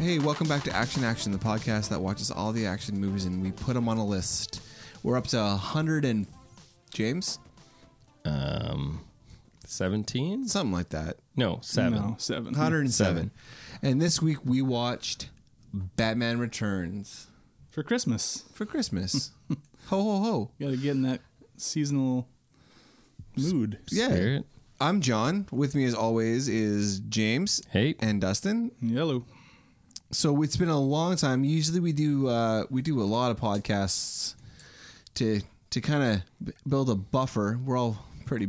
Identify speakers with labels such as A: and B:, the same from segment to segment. A: Hey, welcome back to Action Action, the podcast that watches all the action movies and we put them on a list. We're up to 100 and James,
B: Um, 17?
A: something like that.
B: No, seven.
C: No, seven.
A: 107. And this week we watched Batman Returns
C: For Christmas.
A: for Christmas. ho ho ho.
C: You gotta get in that seasonal mood.
A: Yeah.
B: Spirit.
A: I'm John. With me as always is James
B: Hey.
A: and Dustin.
C: Yellow.
A: so it's been a long time. Usually we do uh, we do a lot of podcasts to to kind of build a buffer. We're all pretty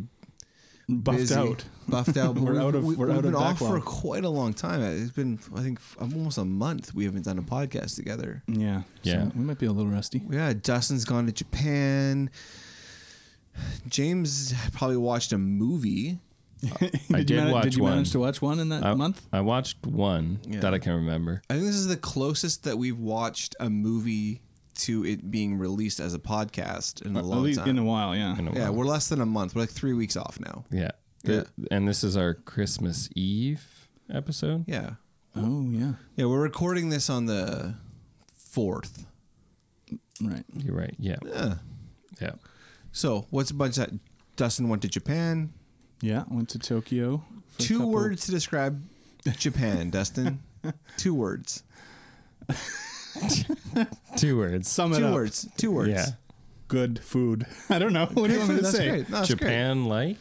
C: Buffed
A: busy,
C: out.
A: buffed out. but
C: We're
A: we've-
C: out of-
A: we,
C: we're
A: have
C: out of
A: been off for
C: backlog.
A: quite a long time. It's been I think almost a month we haven't done a podcast together.
C: Yeah.
B: Yeah.
C: So we might be a little rusty.
A: Yeah, Dustin's gone to Japan. James probably watched a movie.
B: I
C: you
B: did
C: mana-
B: watch
C: Did you
B: one.
C: manage to watch one in that
B: I,
C: month?
B: I watched one
A: Yeah.
B: that I can remember.
A: I think this is the closest that we've watched a movie to it being released as a podcast in a
C: At
A: long
C: least
A: time.
C: in a while, yeah.
B: In a
A: Yeah,
B: while.
A: we're less than a month. We're like three weeks off now.
B: yeah. The- And this is our Christmas Eve episode.
A: Yeah.
C: Oh yeah.
A: Yeah, we're recording this on the fourth.
C: Right.
B: You're right. Yeah.
A: Yeah.
B: Yeah.
A: So what's a bunch that Dustin went to Japan?
C: Yeah. Went to Tokyo. for a
A: Two
C: couple-
A: words to describe Japan, Dustin. Two words.
B: Two words.
C: Sum it
A: Two
C: up.
A: words. Two words. Oh,
B: Yeah.
C: Good food. I don't know. What do you want me to
A: That's
C: say?
A: great. No, that's great.
B: Japan like?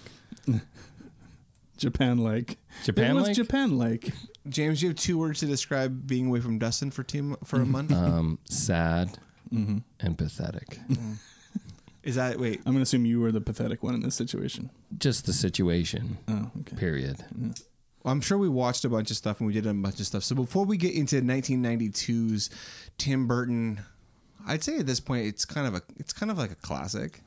C: Japan like.
B: Japan
C: It was
B: like?
C: Japan like.
A: James, you have two words to describe being away from Dustin for two mo-
C: Mm-hmm.
A: for a month.
B: um, sad
A: Mm-hmm.
B: and pathetic.
A: Is that wait?
C: I'm gonna assume you were the pathetic one in this situation.
B: Just the situation,
C: Oh, okay.
B: period.
A: I'm sure we watched a bunch of stuff and we did a bunch of stuff. So before we get into 1992's Tim Burton, I'd say at this point it's kind of a it's kind of like a classic.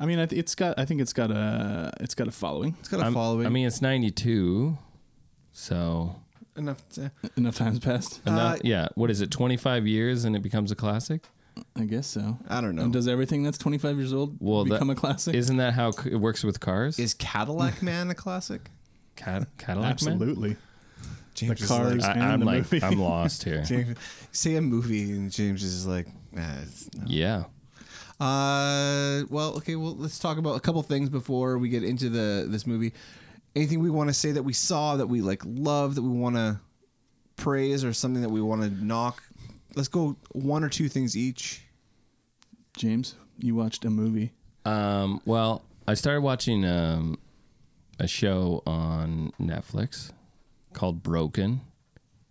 C: I mean, I th- it's got. I think it's got a. It's got a following.
A: It's got a
B: I'm-
A: following.
B: I mean, it's 92. So,
A: enough. To,
C: Enough times passed.
A: Uh,
B: enough, yeah. What is it, 25 years and it becomes a classic?
C: I guess so.
A: I don't know.
C: And does everything that's 25 years old
B: Well, that-
C: become a classic?
B: Isn't that how c- it works with cars?
A: Is Cadillac Man a classic?
B: Cad- Cadillac Man?
C: Absolutely.
A: James is
C: cars.
A: like-
B: I,
C: And
B: I'm
C: the
B: like,
C: movie.
B: I'm lost here.
A: James, say a movie, and James is like, nah, it's- no.
B: yeah.
A: uh, well, okay, well, let's talk about a couple things before we get into the this movie. Anything we want to say that we saw that we like, love that we want to praise, or something that we want to knock. Let's go one or two things each.
C: James, you watched a movie.
B: Um, well, I started watching um, a show on Netflix called Broken.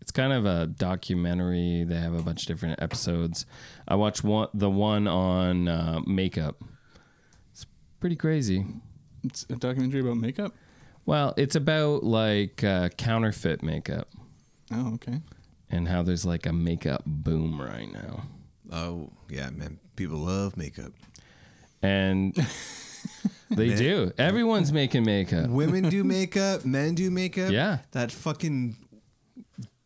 B: It's kind of a documentary. They have a bunch of different episodes. I watched one, the one on uh, makeup. It's pretty crazy.
C: It's a documentary about makeup.
B: Well, it's about like uh, counterfeit makeup
C: Oh, okay.
B: and how there's like a makeup boom right now.
A: Oh yeah, man, people love makeup.
B: And they do. Everyone's making makeup.
A: Women do makeup, men do makeup.
B: Yeah.
A: that fucking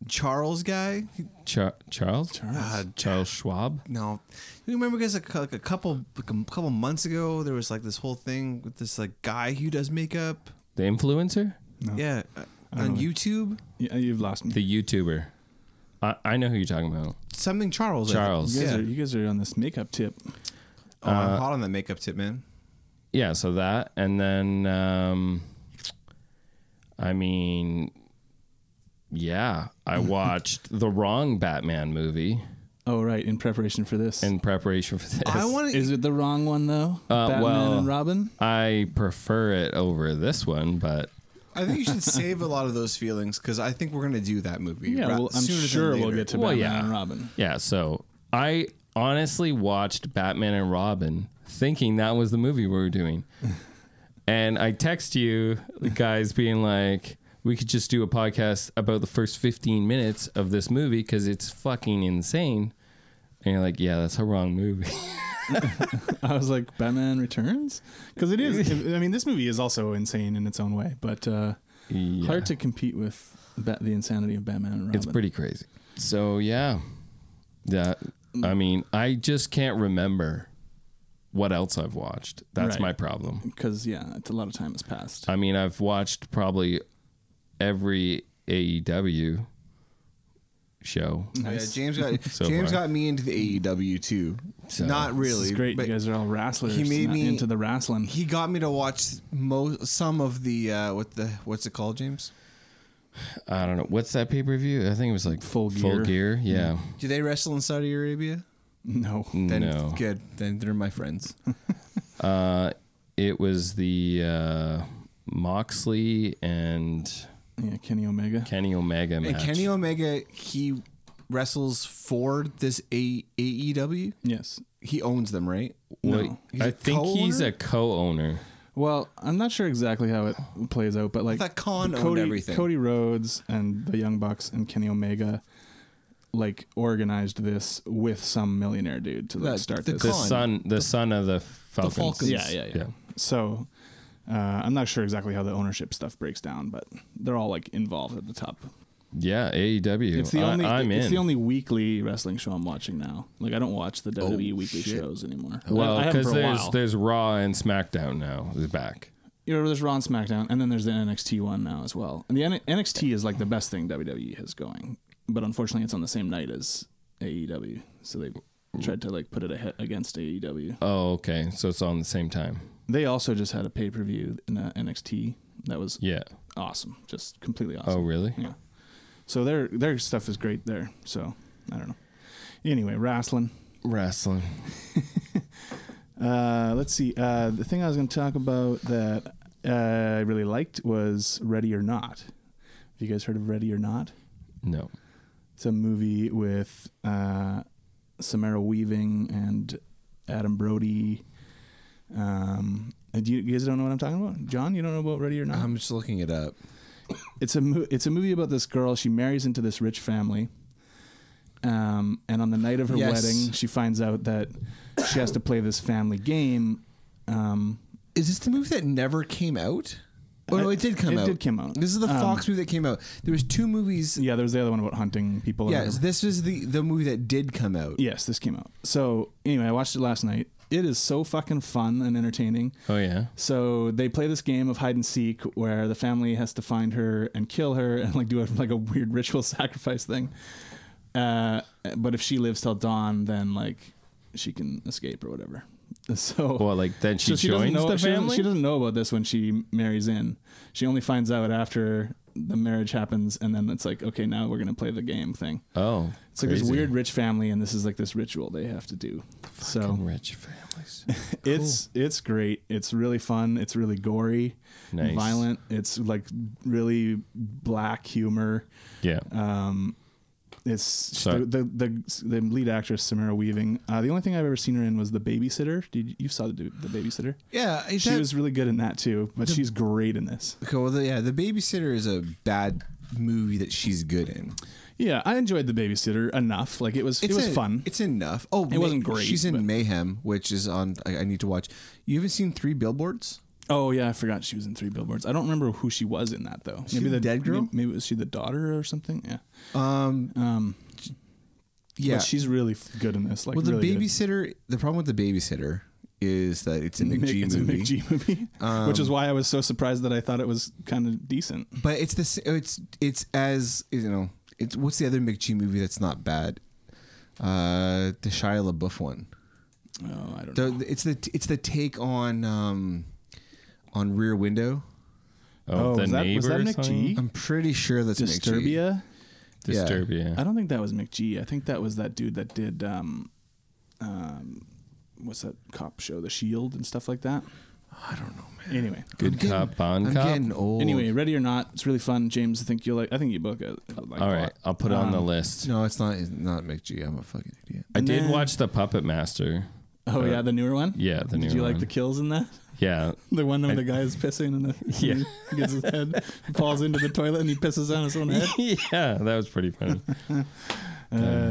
A: Charles guy.
B: Char- Charles?
A: Ah,
B: Charles Schwab?
A: No, you remember guys like, like a couple like a couple months ago there was like this whole thing with this like guy who does makeup.
B: The influencer?
A: Yeah, uh, on YouTube,
C: Yeah, you've lost me.
B: The YouTuber. I, I know who you're talking about.
A: something Charles. I think.
B: Charles. Uh,
C: you, guys
A: Yeah,
C: are, you guys are on this makeup tip.
A: oh, I'm hot on that makeup tip, man.
B: Yeah, so that. And then, um, I mean, yeah, I watched the wrong Batman movie
C: Oh, right. In preparation for this.
B: in preparation for this.
A: I want to.
C: Is it the wrong one, though?
B: Uh,
C: Batman
B: well-
C: and Robin?
B: I prefer it over this one, but
A: I think you should save a lot of those feelings because I think we're gonna do that movie.
C: Yeah,
A: ra-
C: well, I'm
A: sooner than
C: sure we'll
A: later.
C: get to
B: Well,
C: Batman
B: yeah.
C: and Robin.
B: yeah, so I honestly watched Batman and Robin thinking that was the movie we were doing. and I text you guys being like, we could just do a podcast about the first 15 minutes of this movie because it's fucking insane. And you're like, yeah, that's a wrong movie.
C: I was like, Batman Returns? Because it is. I mean, this movie is also insane in its own way, but uh,
B: Yeah.
C: hard to compete with ba- the insanity of Batman and Robin.
B: It's pretty crazy. So yeah, that I mean, I just can't remember what else I've watched. That's
C: Right.
B: my problem.
C: Because, yeah, it's a lot of time has passed.
A: Uh,
B: I mean, I've watched probably every AEW E show.
C: Nice.
A: Yeah, James got
B: So
A: James
B: far.
A: got me into the AEW too.
B: So,
A: Not really.
C: This is great.
A: but
C: you guys are all wrestlers.
A: he made
C: not
A: me-
C: into the wrestling.
A: he got me to watch mo- some of the uh, what the what's it called, James?
B: I don't know what's that pay per view. I think it was like
C: Full
B: Full
C: Gear. Mm-hmm.
B: gear. Yeah.
A: Do they wrestle in Saudi Arabia?
C: No.
A: Then
B: no.
A: good. Then they're my friends.
B: Uh, it was the uh, Moxley and
C: Yeah, Kenny Omega.
B: Kenny Omega match.
A: And Kenny Omega, he wrestles for this A- AEW.
C: Yes.
A: He owns them, right?
B: Wait,
C: No.
A: He's
B: I
A: a
B: think he's
A: co-owner?
B: a co-owner.
C: Well, I'm not sure exactly how it plays out, but like
A: thought Khan owned
C: Cody,
A: everything.
C: Cody Rhodes and the Young Bucks and Kenny Omega like organized this with some millionaire dude to like,
A: The-
C: start
A: the
C: this.
B: The
A: Con.
B: son, the son of the Falcons.
A: Falcons.
C: Yeah, yeah, yeah. So uh, I'm not sure exactly how the ownership stuff breaks down, but they're all like involved at the top.
B: yeah. AEW.
C: It's the
B: I,
C: only
B: I'm
C: it's
B: in.
C: the only weekly wrestling show I'm watching now. Like I don't watch the WWE weekly
A: shit.
C: shows anymore.
B: Oh, well,
C: I haven't
B: because
C: for a
B: there's
C: while.
B: there's Raw and SmackDown now is back.
C: you know, there's Raw and SmackDown, and then there's the NXT one now as well. And the N- NXT is like the best thing WWE has going, but unfortunately, it's on the same night as AEW, so they tried to like put it ahead against AEW.
B: Oh, okay. So it's on the same time.
C: They also just had a pay per view in uh, NXT that was
B: Yeah.
C: awesome, just completely awesome.
B: Oh, really?
C: Yeah. So their their stuff is great there. So I don't know. Anyway, wrestling.
B: Wrestling.
C: Uh, let's see. Uh, the thing I was going to talk about that uh, I really liked was Ready or Not. Have you guys heard of Ready or Not?
B: No.
C: It's a movie with uh, Samara Weaving and Adam Brody. Um, do you, you guys don't know what I'm talking about, John? You don't know about Ready or Not?
A: I'm just looking it up.
C: it's a mo- it's a movie about this girl. She marries into this rich family, um, and on the night of her
A: Yes.
C: wedding, she finds out that she has to play this family game. Um,
A: Is this the movie that never came out? Oh no, it did come
C: it
A: out.
C: did come out.
A: This is the
C: Um,
A: Fox movie that came out. There was two movies.
C: yeah, there was the other one about hunting people.
A: Yes, this is the the movie that did come out.
C: yes, this came out. So anyway, I watched it last night. It is so fucking fun and entertaining.
B: Oh, yeah.
C: So they play this game of hide and seek where the family has to find her and kill her and like do a, like a weird ritual sacrifice thing. Uh, but if she lives till dawn, then like she can escape or whatever. So
B: Well, like then she,
C: so
B: joins
C: doesn't know,
B: the
C: she doesn't-
B: family.
C: She doesn't know about this when she marries in. She only finds out after the marriage happens, and then it's like, okay, now we're gonna play the game thing.
B: oh,
C: It's like this
B: crazy.
C: weird rich family, and this is like this ritual they have to do. so
B: Fucking rich families.
C: it's it's great. It's really fun. It's really gory,
B: Nice.
C: violent. It's like really black humor.
B: Yeah.
C: Um, it's
B: So-
C: the, the the the lead actress Samara Weaving. Uh, the only thing I've ever seen her in was The Babysitter. Did you- you saw the the Babysitter?
A: Yeah, is
C: She
A: that-
C: was really good in that too, but she's great in this.
A: Okay, well, the, yeah, the babysitter is a bad movie that she's good in.
C: Yeah, I enjoyed The Babysitter enough. Like it was it was
A: en-
C: fun.
A: It's enough. Oh, it
C: wasn't great,
A: She's in
C: but-
A: Mayhem, which is on. I, I need to watch. You haven't seen Three Billboards?
C: Oh yeah, I forgot she was in Three Billboards. I don't remember who she was in that though.
A: She the dead girl?
C: Maybe, maybe was she the daughter or something? Yeah.
A: Um,
C: Um,
A: yeah.
C: But she's really f- good in this. Like,
A: well, the
C: really good.
A: babysitter. The problem with the babysitter is that it's a Nick
C: Mick-
A: G
C: it's
A: movie,
C: a Mick G movie, which is why I was so surprised that I thought it was kind of decent.
A: but it's the s- it's it's as you know. It's what's the other Mick G movie that's not bad? Uh, the Shia LaBeouf one.
C: Oh, I don't know.
A: The, it's the it's the take on um, on Rear Window.
B: Oh, the
C: was, that,
B: neighbor.
C: was that
B: or
C: Mick
B: something?
C: G?
A: I'm pretty sure that's Nick G.
C: Disturbia?
A: Yeah.
B: Disturbia.
C: I don't think that was McG. I think that was that dude that did, um, um, what's that cop show, The Shield and stuff like that.
A: I don't know, man.
C: Anyway,
B: Good
A: I'm getting-
B: cop, bond
A: I'm
B: cop.
A: getting old.
C: anyway, ready or not, it's really fun. James, I think you'll like. I think you both uh, like.
B: All
C: it a
B: right,
C: lot.
B: I'll put it on the
C: Um,
B: list.
A: No, it's not. It's not McG. I'm a fucking idiot.
B: I
C: and
B: did
C: then-
B: watch the Puppet Master.
C: Oh
B: Uh,
C: yeah, the newer one.
B: yeah, the
C: Did
B: newer
C: you like
B: one.
C: the kills in that?
B: Yeah,
C: The one where
B: I-
C: the guy is pissing and the
B: Yeah.
C: yeah. he gets his head falls into the toilet and he pisses on his own head.
B: yeah, that was pretty funny.
C: Uh,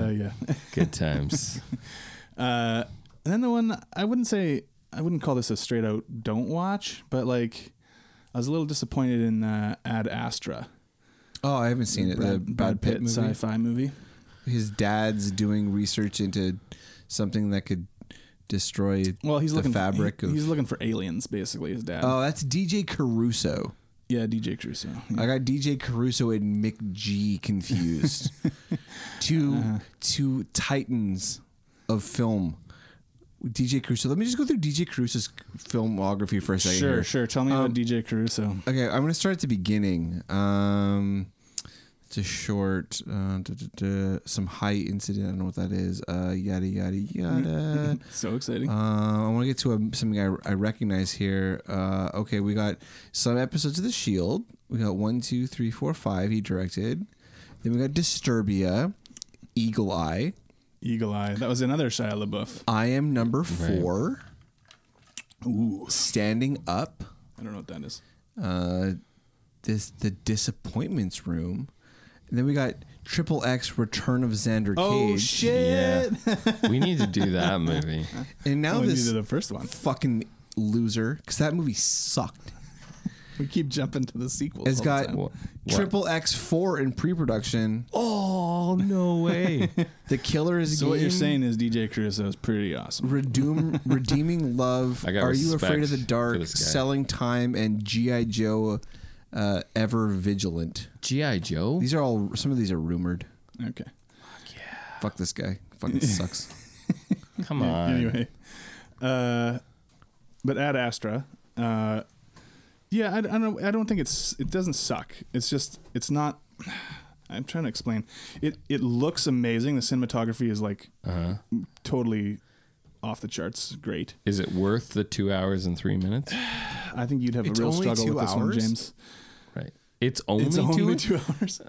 C: yeah.
B: Good times.
C: Uh, and then the one I wouldn't say I wouldn't call this a straight out don't watch, but like I was a little disappointed in uh, Ad Astra,
A: Oh, I haven't seen it. the Brad, Pitt, movie.
C: sci-fi movie.
A: His dad's doing research into something that could destroy.
C: Well, he's
A: The
C: looking
A: fabric
C: For,
A: of-
C: he- He's looking for aliens, basically. His dad.
A: Oh, that's DJ Caruso.
C: Yeah, DJ Crusoe. Yeah.
A: I got DJ Caruso and Mick G confused. two
C: Uh-huh.
A: two titans of film. DJ Caruso. Let me just go through DJ Caruso's filmography for a second.
C: Sure,
A: here.
C: sure. Tell me
A: Um,
C: about DJ Caruso.
A: Okay, I'm gonna start at the beginning. Um, it's a short, uh, duh, duh, duh, some high incident. I don't know what that is. Uh, yada yada yada.
C: so exciting.
A: Uh, I want to get to a, something I, I recognize here. Uh, okay, we got some episodes of The Shield. We got one, two, three, four, five. He directed. Then we got Disturbia, Eagle Eye.
C: Eagle Eye. That was another Shia LaBeouf.
A: I am number four.
C: Ooh.
A: Standing up.
C: I don't know what that is.
A: Uh, this the disappointments room. And then we got Triple X Return of Xander
C: Oh
A: Cage.
C: shit!
B: we need to do that movie.
A: And now
C: Oh, we
A: this
C: did the first one.
A: fucking loser, because that movie sucked.
C: We keep jumping to the sequel.
A: It's got
B: What- what?
A: Triple X four in pre-production.
B: Oh no way!
A: The killer is
C: So
A: game.
C: what you're saying is DJ Caruso is pretty awesome.
A: Redeem, redeeming love.
B: I got
A: Are you
B: respect
A: afraid of the
B: for
A: dark?
B: this guy.
A: Selling time and GI Joe, uh, ever vigilant.
B: GI Joe.
A: These are all. Some of these are rumored.
C: Okay.
A: Fuck this guy. Fucking sucks.
B: Come on.
C: Anyway, uh, but Ad Astra, uh, yeah, I, I don't, I don't think it's, it doesn't suck. It's just, it's not. I'm trying to explain. It, it looks amazing. The cinematography is like
B: Uh-huh.
C: totally off the charts. Great.
B: Is it worth the two hours and three minutes?
C: I think you'd have
A: It's
C: a real
A: only
C: struggle
A: two
C: with this one,
A: hours?
C: James.
B: Right. It's only
C: it's
B: two.
C: only two hours.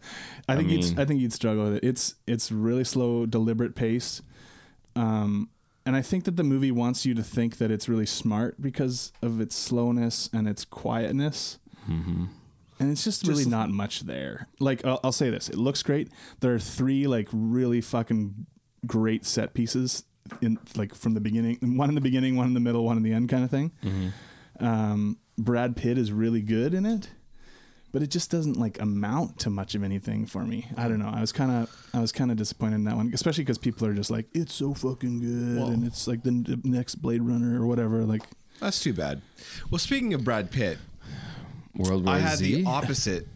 C: I think you'd
B: mean-
C: I think you'd struggle with it. It's it's really slow, deliberate pace, um, and I think that the movie wants you to think that it's really smart because of its slowness and its quietness. And it's just, really not much there. Like I'll, I'll say this: it looks great. There are three like really fucking great set pieces in like from the beginning, one in the beginning, one in the middle, one in the end, kind of thing. Um, Brad Pitt is really good in it, but it just doesn't like amount to much of anything for me. I don't know. I was kind of I was kind of disappointed in that one, especially because people are just like, it's so fucking good, and it's like the, the next Blade Runner or whatever. Like,
A: That's too bad. Well, speaking of Brad Pitt,
B: World War
A: I had
B: Z?
A: the opposite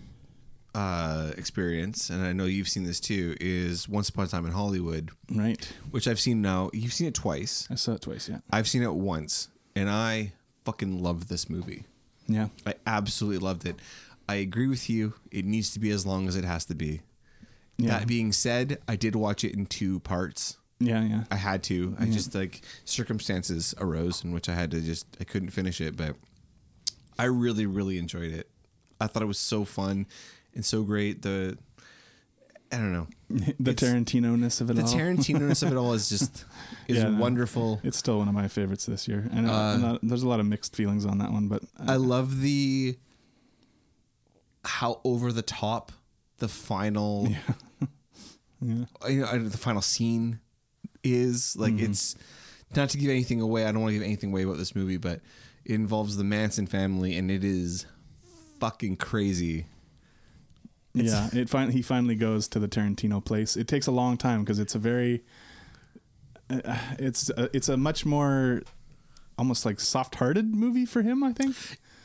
A: uh, experience, and I know you've seen this too. Is Once Upon a Time in Hollywood,
C: right?
A: which I've seen now. You've seen it twice.
C: I saw it twice. Yeah,
A: I've seen it once, and I fucking love this movie.
C: yeah.
A: I absolutely loved it. I agree with you. It needs to be as long as it has to be.
C: Yeah.
A: That being said, I did watch it in two parts.
C: Yeah, yeah.
A: I had to. I just like circumstances arose in which I had to just I couldn't finish it, but I really really enjoyed it. I thought it was so fun and so great. The I don't know.
C: the
A: It's-
C: Tarantino ness of it
A: The
C: all.
A: Tarantino-ness of it all is just is
C: Yeah, no.
A: wonderful.
C: it's still one of my favorites this year. I know
A: Uh,
C: I'm not- uh, there's a lot of mixed feelings on that one, but uh,
A: I love the how over the top the final
C: yeah.
A: you know, the final scene is like it's not to give anything away. I don't want to give anything away about this movie, but it involves the Manson family, and it is fucking crazy.
C: yeah, it fin- he finally goes to the Tarantino place. It takes a long time because it's a very uh, it's a, it's a much more almost like soft-hearted movie for him, I think.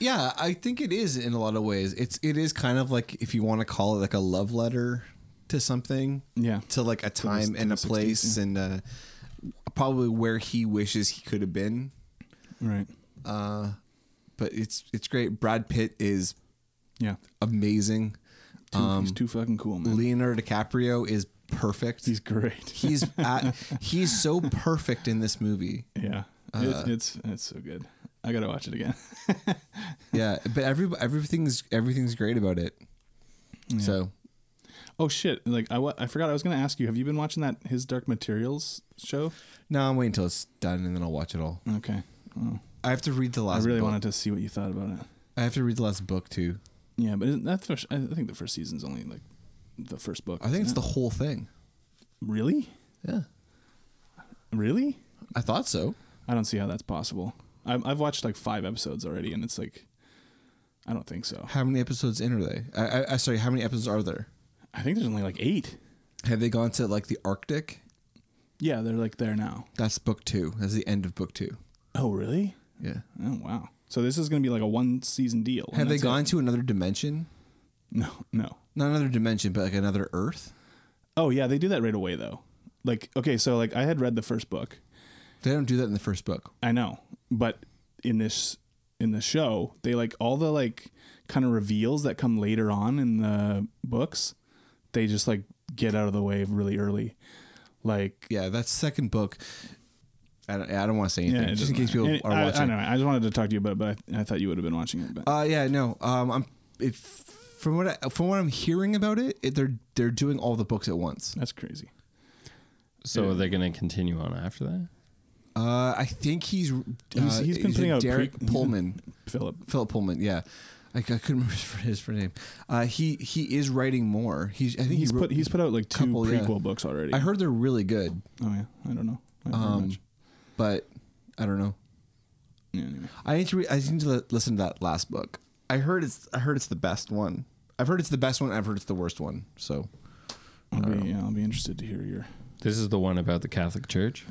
A: Yeah, I think it is in a lot of ways. It's it is kind of like if you want to call it like a love letter to something.
C: Yeah.
A: To like a
C: the-
A: time
C: to
A: and
C: the
A: a
C: 60s,
A: place and uh, probably where he wishes he could have been.
C: Right.
A: But it's it's great. Brad Pitt is
C: Yeah.
A: amazing.
C: Too,
A: Um,
C: he's too fucking cool, man.
A: Leonardo DiCaprio is perfect.
C: he's great.
A: he's at, he's so perfect in this movie.
C: yeah.
A: Uh,
C: it's, it's it's so good. I got to watch it again.
A: Yeah, but every everything's everything's great about it. So
C: Oh shit, like I wa- I forgot I was going to ask you, have you been watching that his Dark Materials show?
A: no, I'm waiting until it's done and then I'll watch it all.
C: Okay. Oh,
A: I have to read the
C: I
A: last.
C: really
A: book.
C: wanted to see what you thought about it.
A: I have to read the last book too.
C: Yeah, but isn't that first? I think the first season's only like the first book.
A: I think it's
C: isn't
A: the
C: it?
A: whole thing.
C: really,
A: Yeah,
C: really.
A: I thought so.
C: I don't see how that's possible. I've, I've watched like five episodes already, and it's like, I don't think so.
A: How many episodes in are they? I, I, I sorry, how many episodes are there?
C: I think there's only like eight.
A: Have they gone to like the Arctic?
C: Yeah, they're like there now.
A: That's book two. That's the end of book two.
C: Oh, really?
A: Yeah.
C: Oh, wow. So this is going to be like a one season deal. and
A: Have they
C: that's it.
A: gone to another dimension?
C: No, no.
A: Not another dimension, but like another Earth.
C: Oh yeah, they do that right away though. Like okay, so like I had read the first book.
A: They don't do that in the first book.
C: I know, but in this in the show, they like all the like kind of reveals that come later on in the books. They just like get out of the way really early. Like
A: Yeah, that second book. I don't, I don't want to say
C: yeah,
A: anything,
C: it
A: just in
C: doesn't
A: case
C: matter.
A: people
C: And
A: are
C: I,
A: watching.
C: I don't know. I just wanted to talk to you about it, but I, I thought you would have been watching it. But
A: Uh, yeah, no. Um, I'm it from what I, from what I'm hearing about it, it. They're they're doing all the books at once.
C: that's crazy.
B: So are they going to continue on after that?
A: Uh, I think he's uh,
C: He's- he's been
A: is it
C: putting out
A: Derek
C: pre-
A: Pullman,
C: Philip,
A: Philip Pullman. Yeah, I, I couldn't remember his fir- his first name. Uh, he he is writing more. He's I think he
C: he's
A: wrote-
C: put he's put out like two
A: couple, yeah.
C: prequel books already.
A: I heard they're really good,
C: oh yeah, I don't know. I haven't heard
A: Um,
C: much.
A: but I don't know.
C: Yeah, anyway.
A: I need to re- I need to li- listen to that last book. I heard it's I heard it's the best one. I've heard it's the best one. I've heard it's the worst one. So
C: I'll be, yeah, I'll be interested to hear your
B: This is the one about the Catholic Church.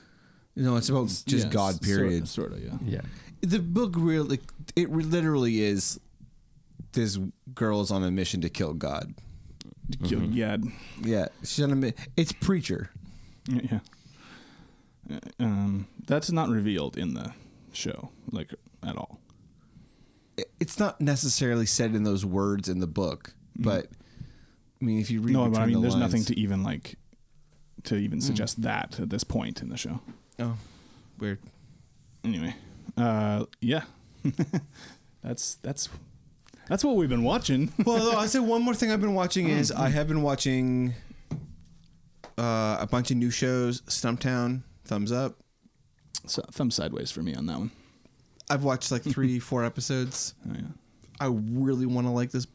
A: no, it's about just
C: Yeah,
A: God.
C: s-
A: Period.
C: Sort of, yeah.
B: Yeah.
A: the book really it literally is this girl's on a mission to kill god Mm-hmm.
C: Gilgad.
A: yeah she's on a mi- it's preacher
C: Yeah. Uh, Um, that's not revealed in the show, like at all.
A: I- it's not necessarily said in those words in the book but i mean if you read
C: Mm-hmm. No, but
A: between
C: I mean,
A: the
C: there's
A: lines, Hmm.
C: nothing to e-, even like to even suggest that at this point in the show.
A: oh weird
C: Anyway, uh, yeah, that's that's that's what we've been watching.
A: well i'll say one more thing i've been watching is
C: Mm-hmm.
A: i have been watching uh, a bunch of new shows stumptown thumbs up
C: so, thumb sideways for me on that one.
A: i've watched like three four episodes
C: Oh, yeah.
A: i really want to like this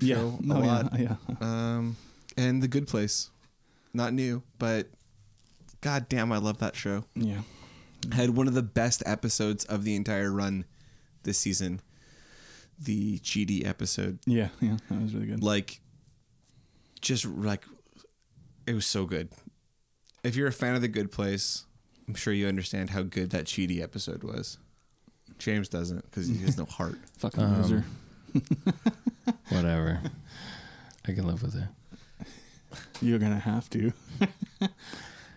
A: show
C: Yeah.
A: a
C: no, yeah,
A: lot
C: yeah.
A: um, and The Good Place. Not new, but god damn, I love that show.
C: Yeah.
A: Had one of the best episodes of the entire run this season. The GD episode,
C: Yeah. Yeah. That was really good.
A: like, just like, it was so good. If you're a fan of The Good Place, I'm sure you understand how good that GD episode was. James doesn't because he has no heart.
C: Fucking
B: Um,
C: loser.
B: Whatever. I can live with it.
C: You're gonna have to.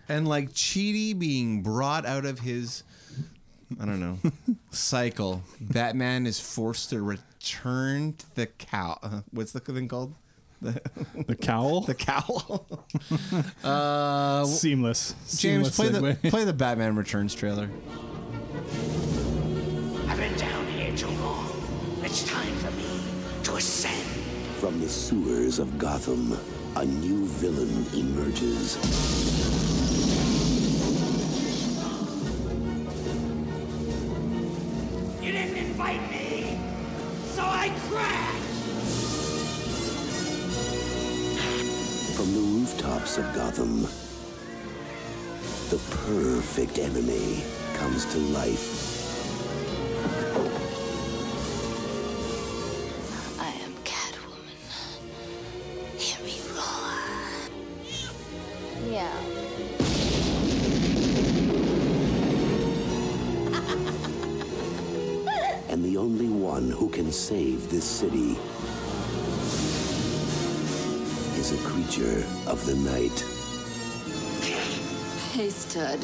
A: and like Cheaty being brought out of his, I don't know, cycle. Batman is forced to return to the cow. Uh, what's the thing called?
C: The cowl.
A: The cowl. uh,
C: Seamless.
A: James,
C: Seamless
A: play the
C: segue.
A: play the Batman Returns trailer.
D: I've been down here too long. It's time for me to ascend.
E: From the sewers of Gotham, a new villain emerges.
D: You didn't invite me, so I crashed.
E: From the rooftops of Gotham, the perfect enemy comes to life.
F: I am Catwoman. Hear me roar. Yeah.
E: And the only one who can save this city is a creature of the night.
F: Hey, stud.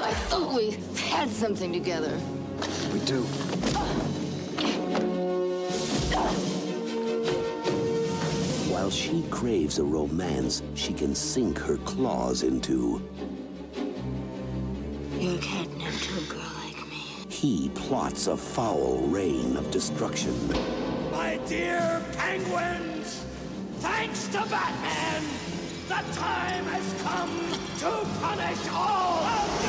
F: I thought we had something together.
E: We do. While she craves a romance she can sink her claws into,
F: You're catnip to a girl like me.
E: he plots a foul reign of destruction.
D: My dear penguins, thanks to Batman, the time has come to punish all of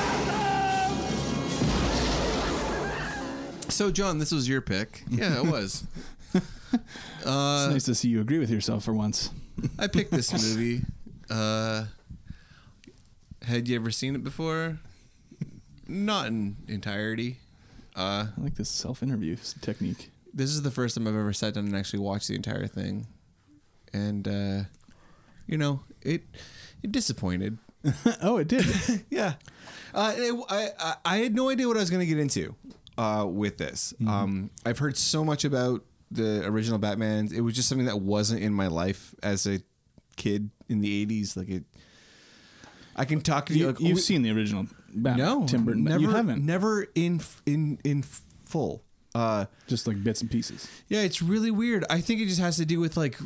D: Gotham!
A: So, John, this was your pick. Yeah, it was. uh,
C: It's nice to see you agree with yourself for once.
A: I picked this movie. Uh, had you ever seen it before? Not in entirety.
C: I like this self-interview s- technique.
A: this is the first time I've ever sat down and actually watched the entire thing, and uh, you know it it disappointed.
C: oh, it did.
A: Uh, Yeah, uh, it- I I I had no idea what I was going to get into. uh, with this.
C: Mm-hmm.
A: Um, I've heard so much about the original Batman. It was just something that wasn't in my life as a kid in the '80s. Like it, I can talk to you.
C: You,
A: like,
C: have
A: we-
C: seen the original Batman,
A: no
C: Tim Burton.
A: Never,
C: Never, you haven't.
A: Never in f- in in full. Uh,
C: Just like bits and pieces.
A: yeah, it's really weird. I think it just has to do with like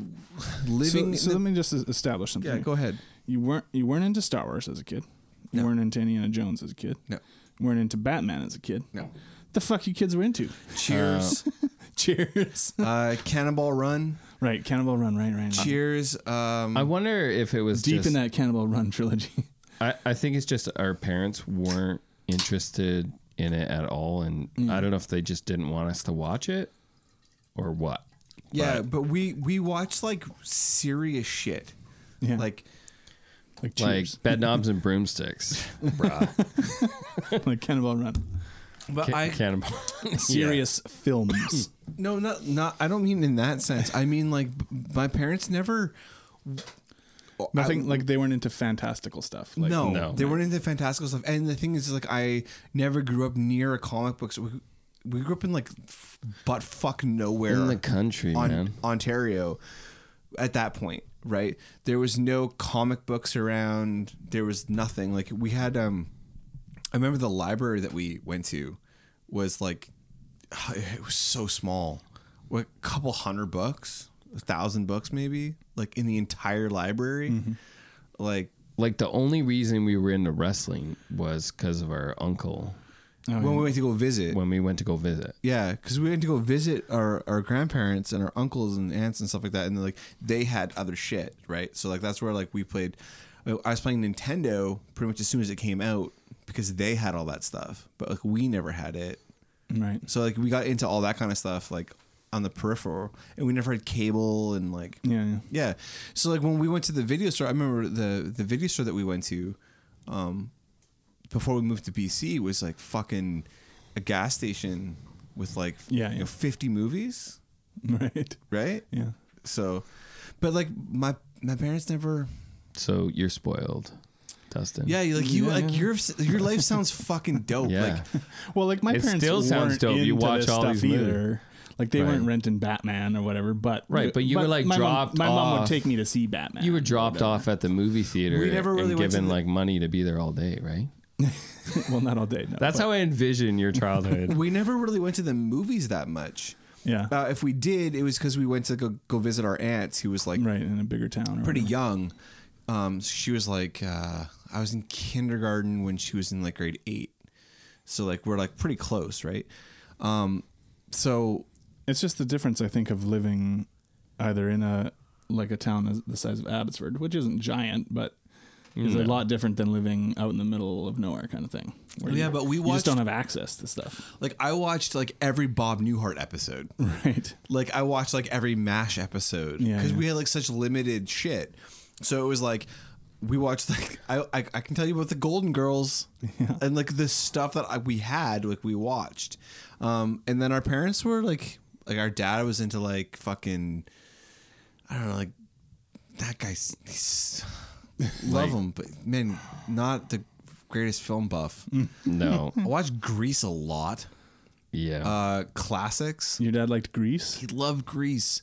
A: living.
C: So, so
A: in
C: let me just es- establish
A: the,
C: something.
A: yeah, go ahead.
C: You weren't you weren't into Star Wars as a kid. You
A: No.
C: weren't into Indiana Jones as a kid.
A: No.
C: You weren't into Batman as a kid.
A: No.
C: The fuck you kids were into?
A: Cheers.
C: Cheers.
A: uh, Cannonball Run.
C: right, Cannibal Run. Right, right. right.
A: Cheers. Um,
B: I wonder if it was
C: Deep
B: just,
C: in that Cannibal Run trilogy.
B: I, I think it's just our parents weren't interested in it at all, and
C: Mm.
B: I don't know if they just didn't want us to watch it or what.
A: yeah,
B: but-
A: but we we watch like serious shit.
C: Yeah.
A: Like
C: like
B: Like
C: Cheers.
B: bed knobs and broomsticks,
C: Like, Cannibal Run.
A: but
B: Ca-
A: I
B: cannibal.
C: Serious films.
A: no not not I don't mean in that sense. I mean like b- my parents never
C: Nothing like they weren't into fantastical stuff. Like,
A: no,
B: no.
A: they weren't into fantastical stuff. And the thing is like I never grew up near a comic book. So we, we grew up in like f- butt fuck nowhere
B: In the country,
A: on,
B: man.
A: Ontario at that point, right? There was no comic books around. There was nothing. Like we had um I remember the library that we went to was like it was so small. What a couple hundred books, a thousand books maybe, like in the entire library. Like
B: Like the only reason we were into wrestling was because of our uncle
A: when we went to go visit.
B: when we went to go visit.
A: Yeah, because we went to go visit our, our grandparents and our uncles and aunts and stuff like that, and like they had other shit, right? So like that's where like we played. uh, I was playing Nintendo pretty much as soon as it came out because they had all that stuff, but like we never had it.
C: Right.
A: So like we got into all that kind of stuff like on the peripheral, and we never had cable and like
C: Yeah, yeah.
A: yeah. So like when we went to the video store, I remember the the video store that we went to, um, before we moved to BC was like fucking a gas station with like
C: Yeah,
A: you
C: yeah.
A: know fifty movies,
C: Right.
A: right?
C: Yeah.
A: So, but like my my parents never.
B: So you're spoiled, Dustin.
A: Yeah, you like you
C: Yeah,
A: like
C: yeah.
A: your your life sounds fucking dope.
B: Yeah.
A: Like
C: Well, like my
B: It
C: parents
B: still sounds
C: weren't
B: dope. You
C: into
B: watch
C: this
B: all
C: stuff
B: these movies.
C: either. Like they
B: Right.
C: weren't renting Batman or whatever, but
B: Right, but you were, like,
C: my
B: dropped
C: Mom, my mom would
B: off.
C: take me to see Batman.
B: You were dropped off at the movie theater
A: We never really
B: and
A: went to
B: given
A: the-
B: like money to be there all day, right?
C: well, not all day. No,
B: That's
C: but-
B: how I envision your childhood.
A: we never really went to the movies that much.
C: Yeah.
A: Uh, if we did, it was because we went to go, go visit our aunts, who was like
C: right in a bigger town. Or
A: pretty
C: whatever.
A: young. Um, she was like, uh, I was in kindergarten when she was in like grade eight. So like we're like pretty close, right? Um, so
C: It's just the difference, I think, of living either in a like a town as the size of Abbotsford, which isn't giant, but is
B: Mm.
C: a lot different than living out in the middle of nowhere kind of thing. where
A: Yeah,
C: you-
A: but we
C: you just
A: watched-
C: don't have access to stuff,
A: like I watched like every Bob Newhart episode.
C: right?
A: Like I watched like every Mash episode because
C: Yeah, yeah.
A: we had like such limited shit. So it was like we watched like I I, I can tell you about the Golden Girls and like the stuff that I, we had like we watched, um, and then our parents were like like our dad was into like fucking I don't know like that guy's he's, love him but man not the greatest film buff.
C: Mm-hmm.
B: no.
A: I watched Grease a lot,
B: Yeah.
A: uh, classics.
C: Your dad liked Greece.
A: He loved Greece.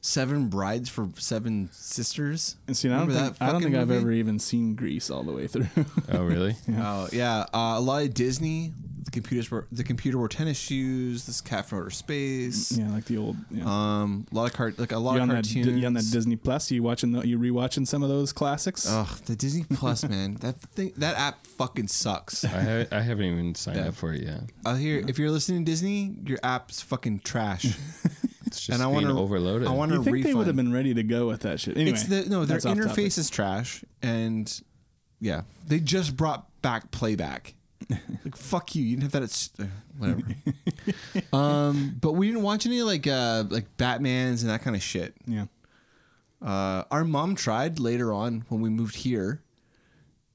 A: Seven brides for seven sisters.
C: And see, I don't,
A: Remember
C: think, I don't
A: fucking
C: think I've
A: movie?
C: ever even seen Greece all the way through.
B: oh really?
A: Oh yeah, uh, a lot of Disney. The computers were the computer wore tennis shoes. This cat from outer space.
C: yeah, like the old. Yeah.
A: Um, a lot of cart like a lot
C: you
A: of
C: on that,
A: cartoons. Uh,
C: Di- you on that Disney Plus? You watching? The, you rewatching some of those classics?
A: Ugh, the Disney Plus man. That thing that app fucking sucks.
B: I ha- I haven't even signed
A: Yeah.
B: up for it yet.
A: I hear if you're listening to Disney, your app's fucking trash.
B: It's just
A: and I want
B: being
A: to
B: overloaded.
A: I want
C: you
A: to
C: think
A: refund.
C: they would have been ready to go with that shit? Anyway,
A: it's the no, their
C: that's off topic.
A: interface is trash, and yeah, they just brought back playback. like fuck you, you didn't have that. At st- whatever. um, but we didn't watch any like uh like Batman's and that kind of shit.
C: Yeah,
A: Uh, our mom tried later on when we moved here.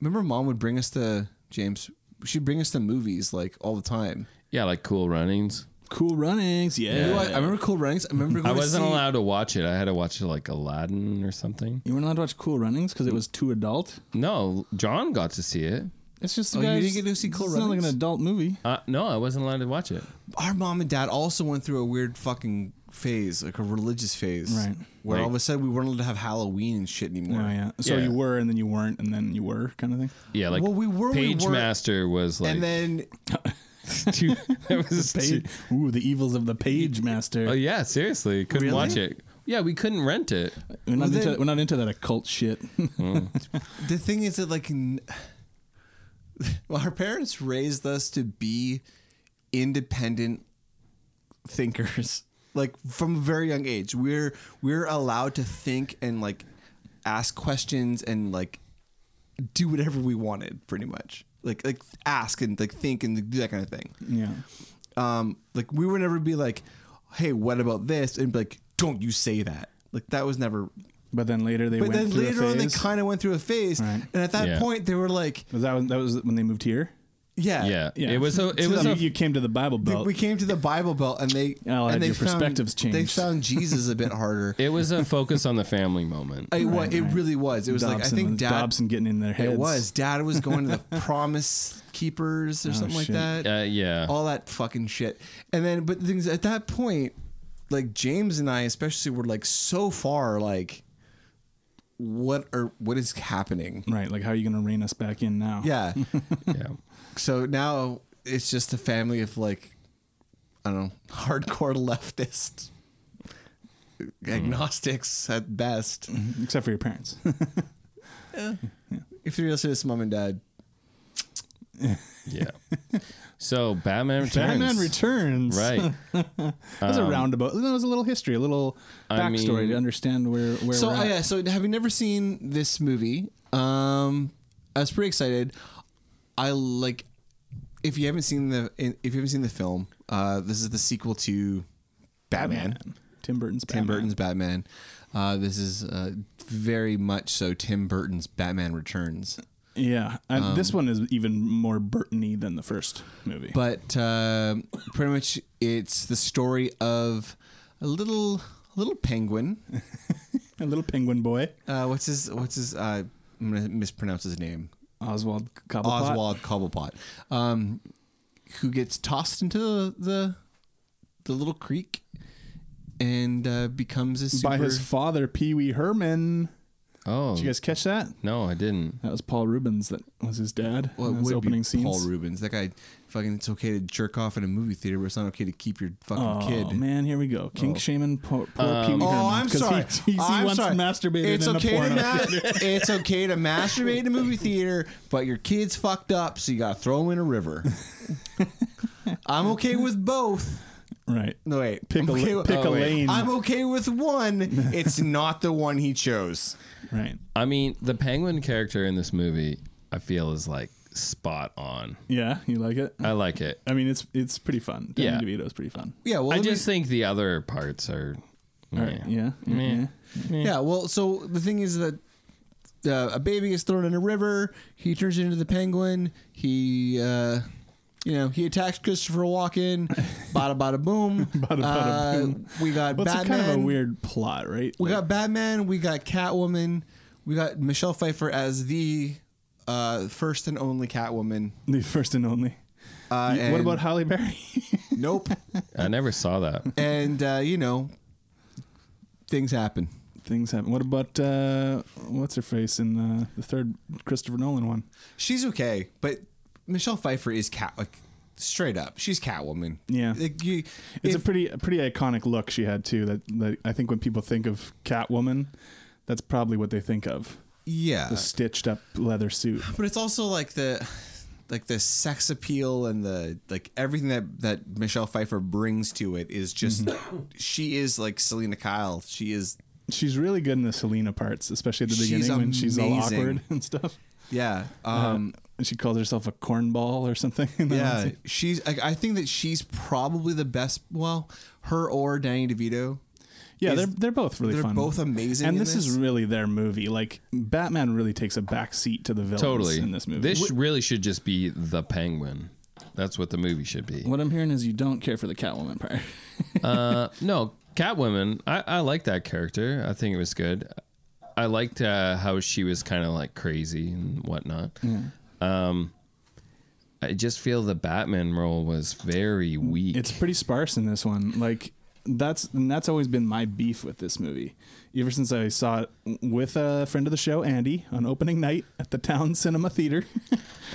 A: Remember, mom would bring us to James. She'd bring us to movies like all the time.
B: yeah, like Cool Runnings.
C: Cool Runnings. Yeah,
A: You know what? I remember Cool Runnings. I remember.
B: I
A: going to
B: wasn't
A: see-
B: allowed to watch it. I had to watch like Aladdin or something.
C: You weren't allowed to watch Cool Runnings because it was too adult.
B: No, John got to see it.
C: It's just
A: Oh, you
C: guys,
A: didn't get to see Cool
C: It's not like an
A: Runnings?
C: adult movie.
B: Uh, no, I wasn't allowed to watch it.
A: Our mom and dad also went through a weird fucking phase, like a religious phase,
C: Right.
A: Where all of a
B: Like-
A: sudden we weren't allowed to have Halloween and shit anymore.
C: Oh yeah. So
B: Yeah.
C: you were, and then you weren't, and then you were, kind of thing.
B: Yeah, like
A: Well, we were- we
B: Page
A: were-
B: Master was like
A: and then
B: too, that was too,
C: Page. Ooh, the evils of the page master.
B: Oh yeah, seriously, couldn't
A: Really?
B: watch it. Yeah, we couldn't rent it.
C: we're, not
A: Well,
C: into,
A: then-
C: we're not into that occult shit.
A: the thing is that like n- well, our parents raised us to be independent thinkers like from a very young age we're we're allowed to think and like ask questions and like do whatever we wanted pretty much like like ask and like think and do that kind of thing
C: yeah.
A: um like we would never be like hey what about this and be like don't you say that like that was never
C: But then later they
A: but
C: went
A: then
C: through
A: later
C: a
A: on they
C: phase.
A: kind of went through a phase
C: Right.
A: and at that
B: Yeah.
A: point they were like
C: Was that when- that was when they moved here?
A: yeah
B: Yeah,
C: Yeah.
B: it was a it
C: So
B: was
C: you,
B: a
C: you came to the Bible
A: Th-
C: Belt.
A: we came to the bible belt and they
C: Oh, had
A: and they
C: your perspectives
A: found, they
C: changed.
A: found jesus a bit harder
B: it was a focus on the family moment.
A: it, wa- it really was it was like i
C: Dobson
A: think
C: was-
A: dad
C: Dobson getting in their heads.
A: it was dad was going to the promise keepers or something
C: Oh, shit.
A: like that
B: Uh, yeah,
A: all that fucking shit. And then, but the things at that point, like James and I especially were like so far like, what are what is happening?
C: Right. Like, how are you going to rein us back in now?
A: Yeah.
B: yeah.
A: so now it's just a family of like, I don't know, hardcore leftist agnostics at best.
C: Except for your parents.
A: If you're listening to this, mom and dad,
B: yeah. So Batman Returns.
C: Batman Returns.
B: Right. um,
C: That's a roundabout. That was a little history, a little
B: I
C: backstory
B: mean-
C: to understand where where
A: So
C: we're
A: uh,
C: at.
A: yeah, so have you never seen this movie? Um, I was pretty excited. I like if you haven't seen the if you haven't seen the film, uh, this is the sequel to Batman,
C: Tim Burton's
A: Tim
C: Batman.
A: Burton's Batman. Uh, this is uh, very much so Tim Burton's Batman Returns.
C: Yeah, I, this one is even more Burtony than the first movie.
A: Um, but uh, pretty much it's the story of a little little penguin.
C: a little penguin boy,
A: Uh, what's his what's his uh, I'm gonna mispronounce his name.
C: Oswald Cobblepot.
A: Oswald Cobblepot, um, who gets tossed into the the, the little creek and uh, becomes a super.
C: by his father, Pee Wee Herman.
B: Oh
C: Did you guys catch that?
B: no, I didn't.
C: That was Paul Rubens. That was his dad.
A: well, it
C: in his
A: would
C: opening
A: be
C: scenes.
A: Paul Rubens. That guy, fucking, it's okay to jerk off in a movie theater, but it's not okay to keep your fucking
C: Oh
A: kid.
C: man, here we go. Kink shaming poor, poor Pee Wee Herman.
A: Oh, I'm
C: 'cause
A: sorry.
C: He, he, he
A: I'm
C: once
A: sorry.
C: masturbated
A: It's
C: in
A: okay
C: a
A: to
C: porno.
A: ma- It's okay to masturbate in a movie theater, but your kid's fucked up, so you gotta throw him in a river. I'm okay with both.
C: right.
A: No wait,
C: Pick
A: I'm
C: a,
A: okay with-
C: pick a
B: Oh, wait.
C: lane.
A: I'm okay with one. It's not the one he chose.
C: right.
B: I mean, the Penguin character in this movie, I feel is like spot on.
C: Yeah, you like it?
B: I like it.
C: I mean, it's it's pretty fun. Danny
B: Yeah.
C: DeVito's pretty fun.
A: Yeah, well,
B: I
A: let me-
B: just think the other parts are.
C: All right. Yeah. Yeah. yeah.
A: yeah. Well, so the thing is that uh, a baby is thrown in a river. He turns into the penguin. He, uh, you know, he attacks Christopher Walken. Bada bada boom.
C: Bada, bada,
A: Uh,
C: boom.
A: We got
C: Well, it's a
A: Batman.
C: kind of a weird plot, right?
A: We
C: Like-
A: got Batman. We got Catwoman. We got Michelle Pfeiffer as the uh, first and only Catwoman.
C: The first and only.
A: Uh, and
C: what about Holly Berry?
A: Nope.
B: I never saw that.
A: and uh, you know, things happen.
C: Things happen. What about uh, what's her face in uh, the, the third Christopher Nolan one?
A: She's okay, but Michelle Pfeiffer is cat like straight up. She's Catwoman.
C: Yeah.
A: Like, you-
C: It's
A: if-
C: a pretty a pretty iconic look she had too. That, that I think when people think of Catwoman, that's probably what they think of
A: yeah,
C: the stitched up leather suit.
A: but it's also like the like the sex appeal and the like everything that that Michelle Pfeiffer brings to it is just
C: Mm-hmm.
A: she is like Selena Kyle. She is
C: She's really good in the Selena parts, especially at the
A: She's
C: beginning when she's all
A: amazing.
C: awkward and stuff.
A: yeah.
C: Uh,
A: Um
C: And she calls herself a cornball or something. in that one
A: yeah,
C: scene.
A: she's like I think that she's probably the best well, her or Danny DeVito.
C: Yeah,
A: is-
C: they're they're both really
A: they're
C: fun.
A: both amazing
C: And
A: in
C: this,
A: this.
C: is really their movie. Like Batman really takes a back seat to the villains
B: Totally.
C: in this movie.
B: This really should just be the Penguin. That's what the movie should be.
C: what I'm hearing is you don't care for the Catwoman part.
B: Uh, no, Catwoman. I, I like that character. I think it was good. I liked uh, how she was kind of like crazy and whatnot. Um, I just feel the Batman role was very weak.
C: It's pretty sparse in this one. Like that's and that's always been my beef with this movie. Ever since I saw it with a friend of the show, Andy, on opening night at the Town Cinema Theater.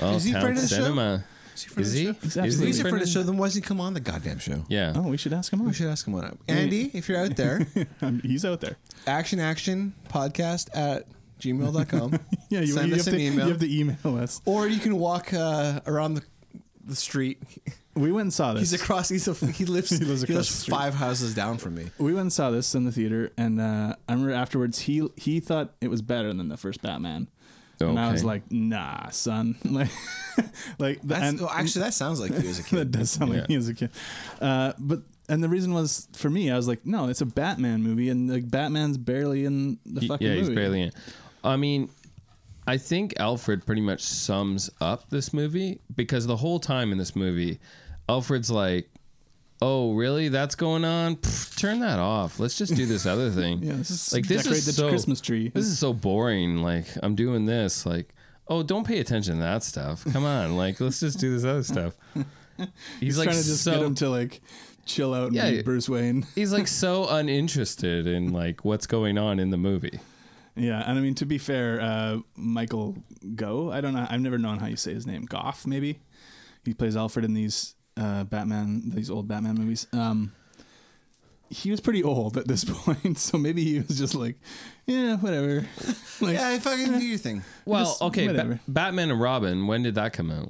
B: oh,
A: Is he
B: Town
A: afraid of the show?
B: cinema.
A: afraid
B: Is
A: of the
B: he?
A: show?
C: Exactly.
A: If
B: Is he?
A: he's afraid to show them, why doesn't he come on the goddamn show?
B: Yeah.
C: Oh, we should ask him.
A: We
C: On.
A: should ask him what up. Andy, if you're out there,
C: Um, He's out there.
A: action action podcast at gmail.com.
C: Yeah, you,
A: Send
C: you
A: us
C: have
A: an
C: to,
A: email.
C: You have to email us.
A: or you can walk uh, around the, the street.
C: We went and saw this.
A: He's across. He's a, he lives. he
C: lives
A: lives,
C: across the street.
A: five houses down from me.
C: we went and saw this in the theater, and uh, I remember afterwards he he thought it was better than the first Batman, and I was
B: Okay.
C: like, "Nah, son, like, like the-
A: That's,
C: and-
A: well, actually, that sounds like you as a
C: that
A: kid.
C: does sound like
B: Yeah.
C: me as a kid. Uh, but and the reason was for me, I was like, no, it's a Batman movie, and like Batman's barely in the
B: Y-
C: fucking
B: yeah,
C: movie.
B: he's barely in. it. I mean, I think Alfred pretty much sums up this movie because the whole time in this movie, Alfred's like, "Oh, really? That's going on? Pfft, turn that off. Let's just do this other thing."
C: Yeah, this is
B: like this
C: decorate
B: is
C: the
B: so,
C: Christmas tree.
B: This is so boring. Like I'm doing this. Like, oh, don't pay attention to that stuff. Come on, like let's just do this other stuff. He's,
C: He's
B: like
C: trying to just
B: so
C: get him to like chill out and
B: Yeah,
C: be
B: yeah.
C: Bruce Wayne.
B: he's like so uninterested in like what's going on in the movie.
C: Yeah, and I mean to be fair, uh, Michael Go. I don't know. I've never known how you say his name. Goff, maybe. He plays Alfred in these uh, Batman, these old Batman movies. Um, he was pretty old at this point, so maybe he was just like, yeah, whatever. like,
A: Yeah, I fucking do your thing.
B: Well,
C: Just
B: okay, Ba-
C: whatever.
B: Batman and Robin. When did that come out?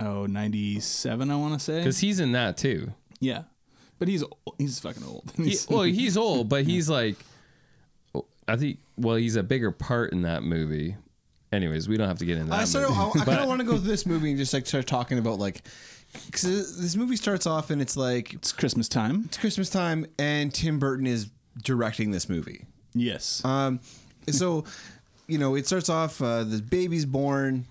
C: oh, 97, I want to say.
B: Because he's in that too.
C: Yeah. But he's o- he's fucking old.
B: He,
C: He's-
B: well, he's old, but he's like, I think. Well, he's a bigger part in that movie. Anyways, we don't have to get into that.
A: I sort of,
B: movie.
A: I, I kind
B: But-
A: of want to go through this movie and just like start talking about like, because this movie starts off and it's like
C: it's Christmas time.
A: it's Christmas time and Tim Burton is directing this movie.
C: Yes.
A: Um, so, you know, it starts off uh, the baby's born.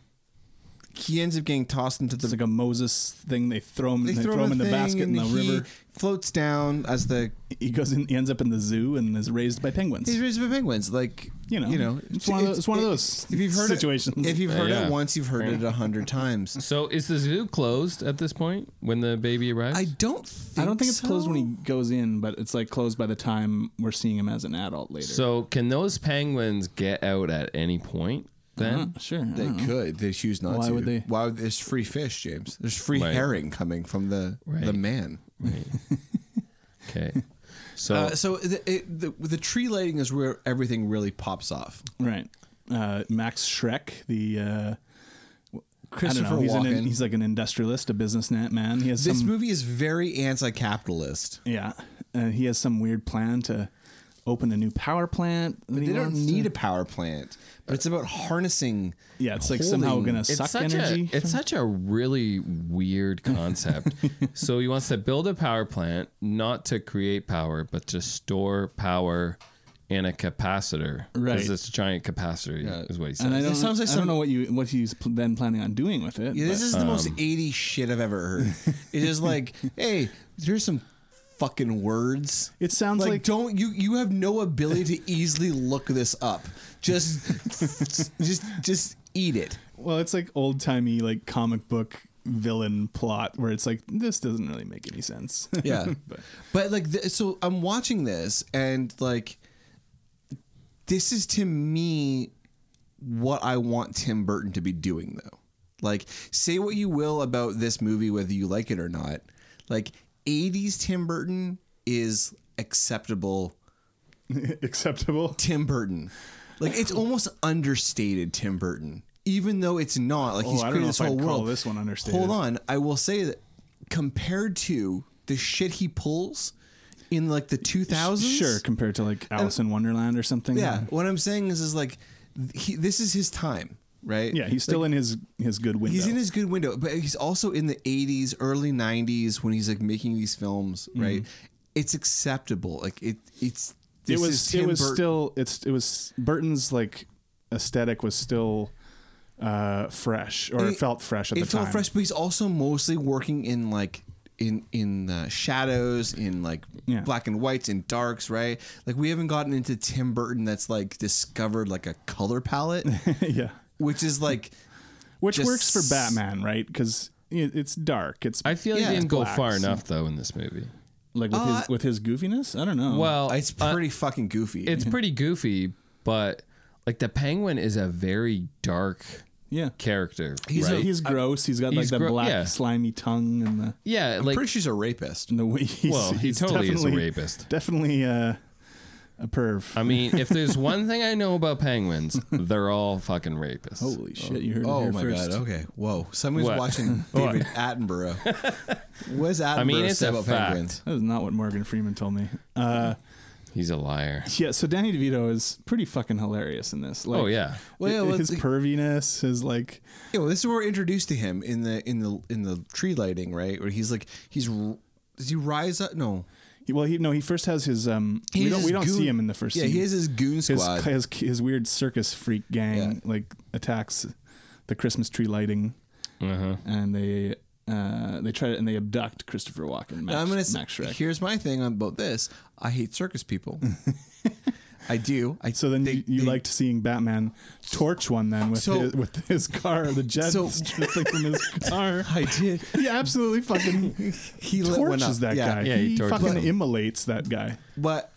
A: He ends up getting tossed into the
C: it's like a Moses thing. They throw him. They, throw, him in the
A: thing
C: basket in
A: and
C: the
A: he
C: river.
A: Floats down as the
C: He goes in. He ends up in the zoo and is raised by penguins.
A: he's raised by penguins. Like
C: You know,
A: you know,
C: it's one of those- it's one of those
A: If you've heard
C: situations.
A: it, if you've heard
B: Yeah.
A: it once, you've heard it a hundred times.
B: so is the zoo closed at this point when the baby arrives?
A: I don't. Think
C: I don't think it's
A: so.
C: closed when he goes in, but it's like closed by the time we're seeing him as an adult later.
B: so can those penguins get out at any point? Then
A: Uh-huh.
C: Uh, sure. I
A: They
C: don't know.
A: could. They choose not
C: Why
A: to.
C: would they?
A: Why would there's free fish, James? There's free
B: Right.
A: herring coming from the the
B: Right.
A: man.
B: okay. So
A: Uh, so the, it, the the tree lighting is where everything really pops off.
C: Right. Uh, Max Schreck, the. Uh, I don't
A: Christopher
C: know. He's, an,
A: Walken.
C: he's like an industrialist, a businessman. Man, he has
A: This
C: some,
A: movie is very anti-capitalist.
C: Yeah, and he has some weird plan to open a new power plant. that he
A: They don't
C: wants
A: need
C: to-
A: a power plant, but it's about harnessing.
C: Yeah, it's like somehow
A: holding-
C: gonna suck energy.
B: A, it's such a really weird concept. so he wants to build a power plant, not to create power, but to store power in a capacitor.
C: Right.
B: Because it's a giant capacitor, is what he says.
C: and I don't,
A: It sounds like
C: I don't
A: some-
C: know what you what he's pl- then planning on doing with it.
A: Yeah, this
C: but-
A: is the most 80 shit I've ever heard. it is like, hey, here's some fucking words.
C: It sounds
A: like,
C: like-
A: don't you you have no ability to easily look this up. Just just just eat it.
C: well, it's like old timey like comic book villain plot where it's like this doesn't really make any sense.
A: Yeah. but, like th- so I'm watching this and like this is to me what I want Tim Burton to be doing though. Like say what you will about this movie whether you like it or not. Like 80s Tim Burton is acceptable
C: Acceptable.
A: Tim Burton. Like it's almost understated Tim Burton, even though it's not. Like he's
C: Oh, I don't
A: created
C: know
A: this
C: if I'd
A: whole
C: call
A: world.
C: this one understated.
A: Hold on, I will say that compared to the shit he pulls in like the two thousands,
C: Sure, compared to like Alice in Wonderland or something.
A: Yeah, what I'm saying is, is like he, this is his time, right?
C: Yeah, he's still in his his good window.
A: He's in his good window, but he's also in the 80s, early 90s when he's like making these films, right? It's acceptable. Like it, it's.
C: Mm-hmm. it
A: this
C: was
A: is
C: it
A: Tim
C: was
A: Burton.
C: still it's it was Burton's like aesthetic was still uh fresh or it, felt fresh at
A: it
C: the time.
A: felt fresh, but he's also mostly working in like in in uh, shadows, in like
C: Yeah.
A: black and whites, in darks, right? Like we haven't gotten into Tim Burton that's like discovered like a color palette,
C: yeah.
A: which is like
C: Which
A: Just-
C: works for Batman, right? Because it- it's dark. It's
B: I feel
A: Yeah,
B: he didn't go
C: blacks
B: far
C: and-
B: enough though in this movie.
C: like with
A: Uh,
C: his with his goofiness. I don't know.
B: Well,
A: It's
B: uh,
A: pretty fucking goofy.
B: it's pretty goofy, but like the penguin is a very dark
C: yeah,
B: character.
A: He's
C: he's,
A: a-
B: right?
C: he's gross. He's got
B: he's
C: like the
B: gro-
C: black
B: yeah.
C: slimy tongue and the
B: yeah,
A: I'm
B: like
A: pretty sure she's a rapist.
C: and the way he's,
B: Well, he
C: he's
B: totally is a
C: definitely-
B: rapist.
C: Definitely uh, a perv.
B: I mean, if there's one thing I know about penguins, they're all fucking rapists.
C: Holy shit! You heard it
A: Oh
C: here
A: my
C: first.
A: god! Okay, whoa! Someone's
B: What?
A: watching David Attenborough. What's Attenborough
B: mean, it's
A: say
B: a
A: about
B: fact.
A: penguins?
C: That is not what Morgan Freeman told me. Uh,
B: He's a liar.
C: yeah, so Danny DeVito is pretty fucking hilarious in this. Like,
B: oh yeah.
A: Well, yeah,
C: hi-
A: well,
C: his
A: it's-
C: perviness, his like,
A: Yeah, well, this is where we're introduced to him in the in the in the tree lighting, right? Where he's like he's r- does he rise up? No,
C: he, well, he no, he first has his um,
A: He
C: we
A: has
C: don't
A: his
C: we don't
A: goon-
C: see him in the first.
A: Yeah,
C: scene.
A: he has his goon
C: his,
A: squad.
C: his his weird circus freak gang
A: Yeah.
C: like attacks the Christmas tree lighting,
A: Uh-huh.
C: and they uh, they try to and they abduct Christopher Walken. Max,
A: I'm gonna say,
C: Max Schreck.
A: here's my thing about this. I hate circus people. I do. I
C: so then
A: they-
C: you, you
A: they-
C: liked seeing Batman torch one then with
A: So-
C: his, with his car the jet
A: So-
C: just like from his car.
A: I did.
C: He absolutely fucking
A: He lit one up.
C: torches that
A: Yeah.
C: guy.
B: Yeah, he
C: he
B: torches
C: fucking
B: him.
C: immolates that guy.
A: but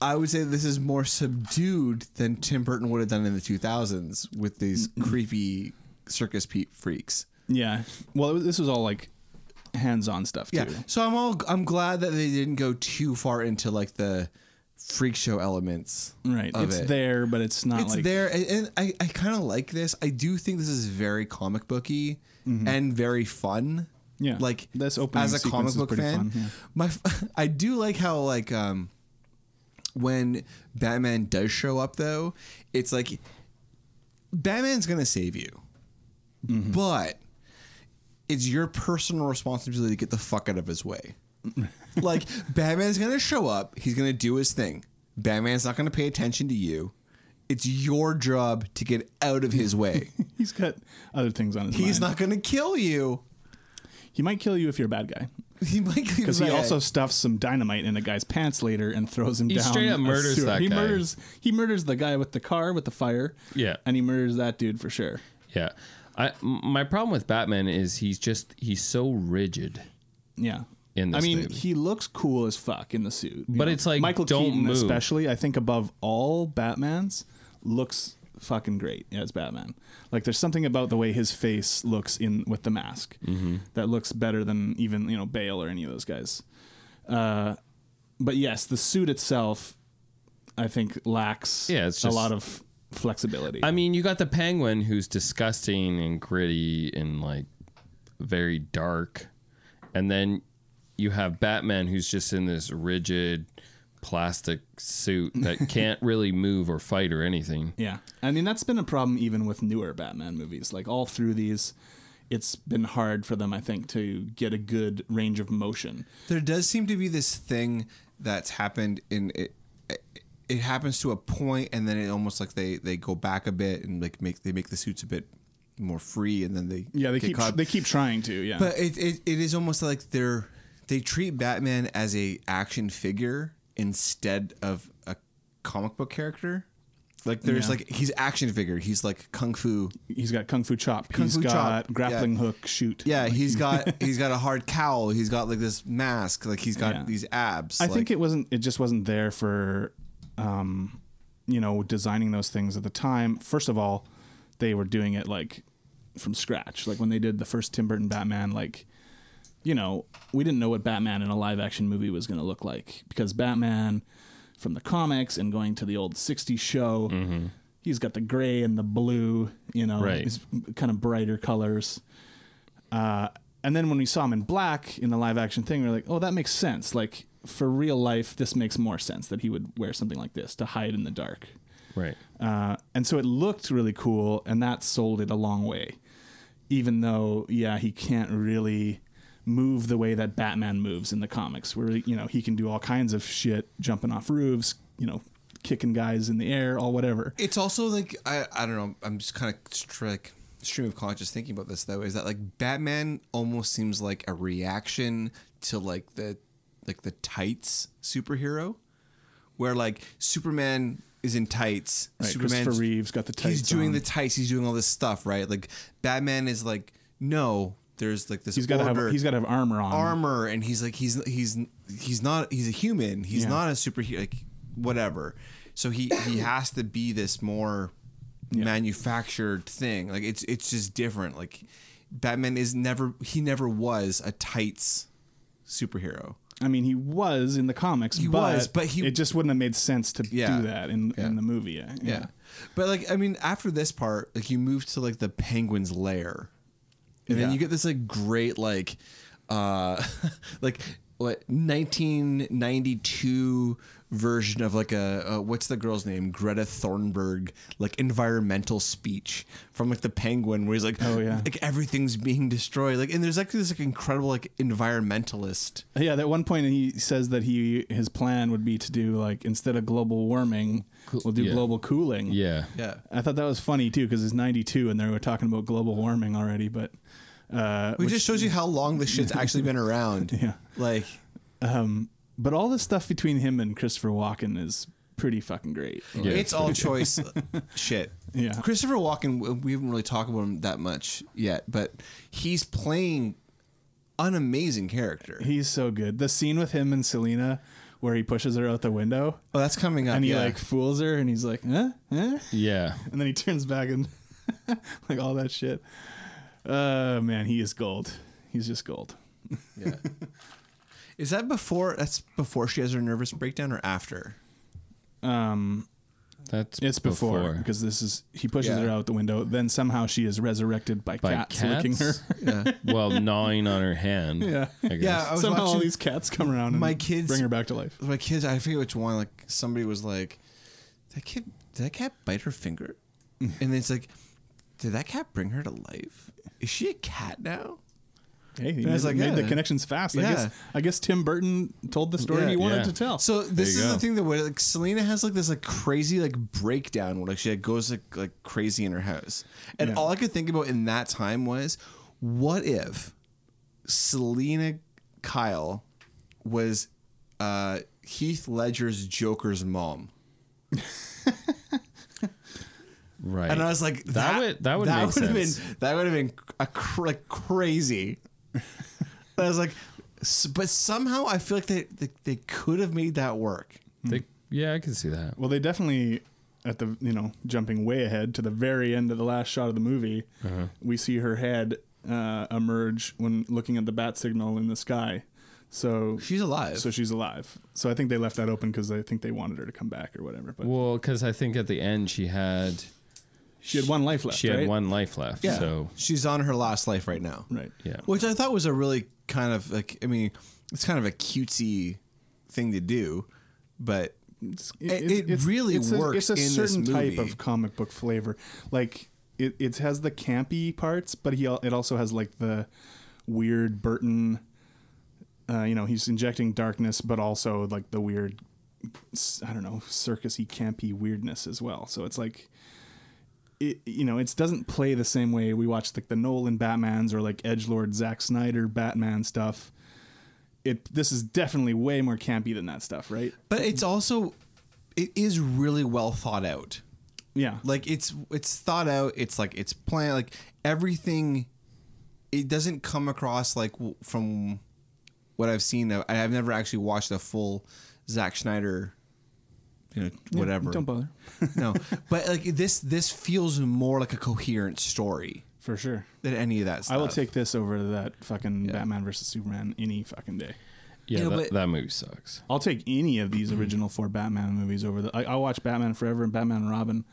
A: I would say this is more subdued than Tim Burton would have done in the 2000s with these creepy circus pe- freaks.
C: Yeah. Well, it was, this was all like hands-on stuff too.
A: Yeah. So I'm all I'm glad that they didn't go too far into like the freak show elements.
C: Right.
A: Of
C: It's
A: it.
C: there, but it's not
A: It's
C: like
A: there, and, and I, I kind of like this. I do think this is very comic booky
C: Mm-hmm.
A: and very fun.
C: Yeah.
A: like
C: This opening
A: as a
C: sequence
A: comic
C: is
A: book
C: pretty
A: fan,
C: fun, yeah.
A: my f- I do like how like um when Batman does show up though, it's like Batman's gonna save you,
C: Mm-hmm.
A: but it's your personal responsibility to get the fuck out of his way. like Batman's gonna show up, he's gonna do his thing. Batman's not gonna pay attention to you. It's your job to get out of his way.
C: He's got other things on his
A: he's
C: mind.
A: not gonna kill you.
C: He might kill you if you're a bad guy.
A: He might kill you
C: Because he
A: back.
C: also stuffs some dynamite in a guy's pants later and throws him
B: He
C: down.
B: straight up
C: a
B: murders
C: sewer.
B: that
C: he
B: guy.
C: Murders, he murders the guy with the car with the fire.
B: Yeah.
C: And he murders that dude for sure.
B: Yeah. I m my problem with Batman is he's just he's so rigid.
C: Yeah.
B: In this
C: I mean,
B: movie.
C: he looks cool as fuck in the suit. you
B: But it's like,
C: Michael
B: don't
C: Keaton,
B: move.
C: especially, I think above all Batmans, looks fucking great as Batman. Like there's something about the way his face looks in with the mask
B: Mm-hmm.
C: that looks better than even, you know, Bale or any of those guys. Uh, but yes, the suit itself I think lacks
B: Yeah, it's
C: a
B: just-
C: lot of flexibility.
B: I mean, you got the penguin who's disgusting and gritty and like very dark. And then you have Batman who's just in this rigid plastic suit that can't really move or fight or anything.
C: Yeah. I mean, that's been a problem even with newer Batman movies. Like, all through these, it's been hard for them, I think, to get a good range of motion.
A: there does seem to be this thing that's happened in it it happens to a point and then it almost like they they go back a bit and like make they make the suits a bit more free and then they get caught.
C: keep trying to, yeah.
A: but it, it it is almost like they're they treat batman as a action figure instead of a comic book character like there's
C: Yeah.
A: like he's action figure he's like kung fu
C: he's got Kung Fu Chop.
A: Kung
C: he's
A: Fu
C: got
A: Chop,
C: grappling
A: yeah.
C: hook shoot.
A: yeah he's got he's got a hard cowl he's got like this mask like he's got
C: Yeah.
A: these abs
C: I
A: like,
C: think it wasn't, it just wasn't there for, um, you know, designing those things at the time. First of all, they were doing it like from scratch. Like when they did the first Tim Burton Batman, like you know, we didn't know what Batman in a live action movie was going to look like because Batman from the comics and going to the old 60s show, he's got the gray and the blue, you know,
B: Right.
C: his kind of brighter colors. Uh, and then when we saw him in black in the live action thing, we are like, oh, that makes sense. Like for real life, this makes more sense that he would wear something like this to hide in the dark.
B: Right.
C: Uh, and so it looked really cool, and that sold it a long way. Even though, yeah, he can't really move the way that Batman moves in the comics, where you know he can do all kinds of shit, jumping off roofs, you know, kicking guys in the air, all whatever.
A: It's also like I I don't know. I'm just kind of str- like stream of conscious thinking about this though. Is that like Batman almost seems like a reaction to like the like the tights superhero, where like Superman is in tights.
C: Right,
A: Superman
C: Christopher Reeve's got the tights
A: He's doing
C: on.
A: the tights. He's doing all this stuff right. Like Batman is like no. there's like this
C: He's got to
A: order-
C: have he's got to have armor on.
A: armor and he's like he's he's he's not he's a human he's
C: Yeah.
A: not a super like whatever so he he has to be this more manufactured thing like it's it's just different like batman is never he never was a tights superhero
C: I mean, he was in the comics.
A: He
C: but
A: was, but he-
C: it just wouldn't have made sense to
A: Yeah.
C: do that in,
A: Yeah.
C: in the movie. Yeah.
A: yeah. but like i mean after this part like you move to like the penguin's lair and then
C: Yeah.
A: you get this like great like uh like what 1992 version of like a, uh what's the girl's name greta thornberg like environmental speech from like the penguin where he's like
C: Oh, yeah.
A: like everything's being destroyed like and there's like this like incredible like environmentalist
C: Yeah, at one point he says that he his plan would be to do like instead of global warming, we'll do
B: yeah.
C: global cooling.
B: Yeah.
A: yeah
C: I thought that was funny too because it's 92 and they were talking about global warming already, but uh,
A: which just shows you how long this shit's actually been around
C: Yeah.
A: like
C: but all the stuff between him and Christopher Walken is pretty fucking great.
B: Yeah.
A: It's all choice uh, shit.
C: Yeah.
A: Christopher Walken, w- we haven't really talked about him that much yet, but he's playing an amazing character.
C: He's so good. The scene with him and Selena where he pushes her out the window
A: oh, that's coming up.
C: and he
A: yeah.
C: like fools her and he's like, huh? Huh?
B: Yeah.
C: And then he turns back and like all that shit. Oh man, he is gold. He's just gold.
A: Yeah. Is that before? That's before she has her nervous breakdown, or after?
B: That's
C: It's before, because this is he pushes
A: Yeah.
C: her out the window. Then somehow she is resurrected by,
B: By
C: cats, licking her.
B: cats? well, gnawing on her hand.
C: Yeah.
B: I guess.
A: Yeah, I was
C: somehow all
A: watching-
C: these cats come around. And
A: My kids-
C: bring her back to life.
A: My kids, I forget which one. Like somebody was like, "That kid, did that cat bite her finger?" and then it's like, "Did that cat bring her to life? Is she a cat now?"
C: Hey, he
A: I was
C: made,
A: like,
C: made the
A: yeah.
C: connections fast. I
A: Yeah.
C: guess I guess Tim Burton told the story
A: Yeah.
C: he wanted
B: Yeah.
C: to tell.
A: So this
B: you
A: is
B: go.
A: the thing that where like Selena has like this like crazy like breakdown where like she like, goes like, like crazy in her house, and
C: Yeah.
A: all I could think about in that time was, what if Selena Kyle was uh, Heath Ledger's Joker's mom?
B: Right.
A: And I was like, that,
B: would- that would make
A: would've
B: sense.
A: been that would have been a cr- like crazy. I was like, s- but somehow I feel like they they, they could have made that work.
B: They- yeah, I can see that.
C: well, they definitely at the you know jumping way ahead to the very end of the last shot of the movie,
B: Uh-huh.
C: we see her head uh, emerge when looking at the bat signal in the sky. So
A: She's alive.
C: So she's alive. So I think they left that open because I think they wanted her to come back or whatever. But
B: Well, because I think at the end she had
C: she had one life left.
B: she had
C: right?
B: one life left.
A: Yeah.
B: So
A: she's on her last life right now.
C: Right.
B: yeah.
A: Which I thought was a really kind of like I mean, it's kind of a cutesy thing to do, but
C: It's-
A: It- it really
C: it's
A: works
C: A, it's a
A: in this
C: certain type
A: movie.
C: of comic book flavor. Like it, it has the campy parts, but he al- it also has like the weird Burton. Uh, you know, he's injecting darkness, but also like the weird, s- I don't know, circusy, campy weirdness as well. So it's like. It, you know, it doesn't play the same way we watch like the Nolan Batmans or like Edge Lord Zack Snyder Batman stuff. It this is definitely way more campy than that stuff, right?
A: but it's also it is really well thought out.
C: Yeah,
A: Like it's it's thought out. It's like it's planned. Like everything, it doesn't come across like w- from what I've seen. I- I've never actually watched a full Zack Schneider, you know, whatever.
C: Don't bother.
A: no, but like this this feels more like a coherent story
C: For sure.
A: than any of that stuff.
C: I will take this over that fucking Batman versus Superman any fucking day.
B: Yeah,
A: Yeah,
B: that,
A: but-
B: that movie sucks.
C: I'll take any of these original four Batman movies over the. I, I'll watch Batman Forever and Batman and Robin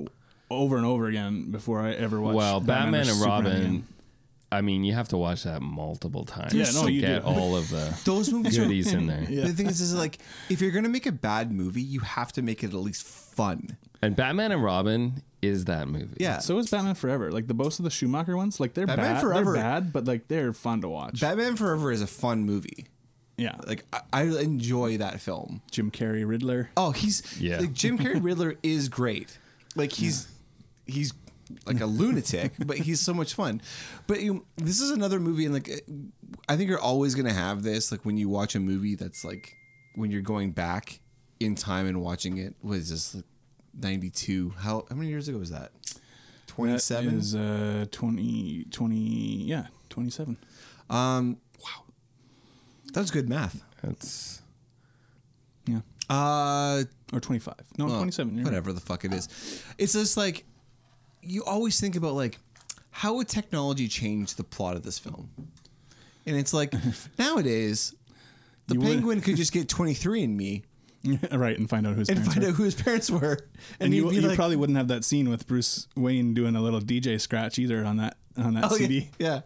C: o- over and over again before I ever watch.
B: Well, Batman,
C: versus
B: and
C: Superman
B: Robin.
C: again.
B: I mean, you have to watch that multiple times
C: Yeah, no,
B: to
C: you
B: get
C: do.
B: all of the
A: those movies are
B: goodies in there.
A: The thing is, is like if you're gonna make a bad movie, you have to make it at least fun.
B: And Batman and Robin is that movie.
A: Yeah.
C: So is Batman Forever. Like the most of the Schumacher ones, like they're
A: Batman
C: bad.
A: Forever-
C: They're bad, but like they're fun to watch.
A: Batman Forever is a fun movie.
C: yeah, like
A: Like I, I enjoy that film.
C: Jim Carrey, Riddler.
A: Oh, he's
B: Yeah.
A: Like Jim Carrey Riddler is great. Like he's he's like a lunatic, but he's so much fun. But you, this is another movie, and like I think you're always gonna have this. Like when you watch a movie that's like when you're going back in time and watching it was just like 92. How how many years ago was that?
C: That
A: 27.
C: is uh 20, 20 yeah 27.
A: That was good math.
B: That's
C: Yeah.
A: Uh,
C: Or 25. No,
A: well,
C: 27. You're right.
A: Whatever the fuck it is. It's just like you always think about like how would technology change the plot of this film? And it's like nowadays the
C: You would-
A: penguin could just get 23 and me
C: right, and find out who's
A: and find out who his parents were. And,
C: And
A: he'd
C: you,
A: be
C: you
A: like,
C: probably wouldn't have that scene with Bruce Wayne doing a little DJ scratch either on that on that
A: oh, yeah,
C: CD.
A: yeah.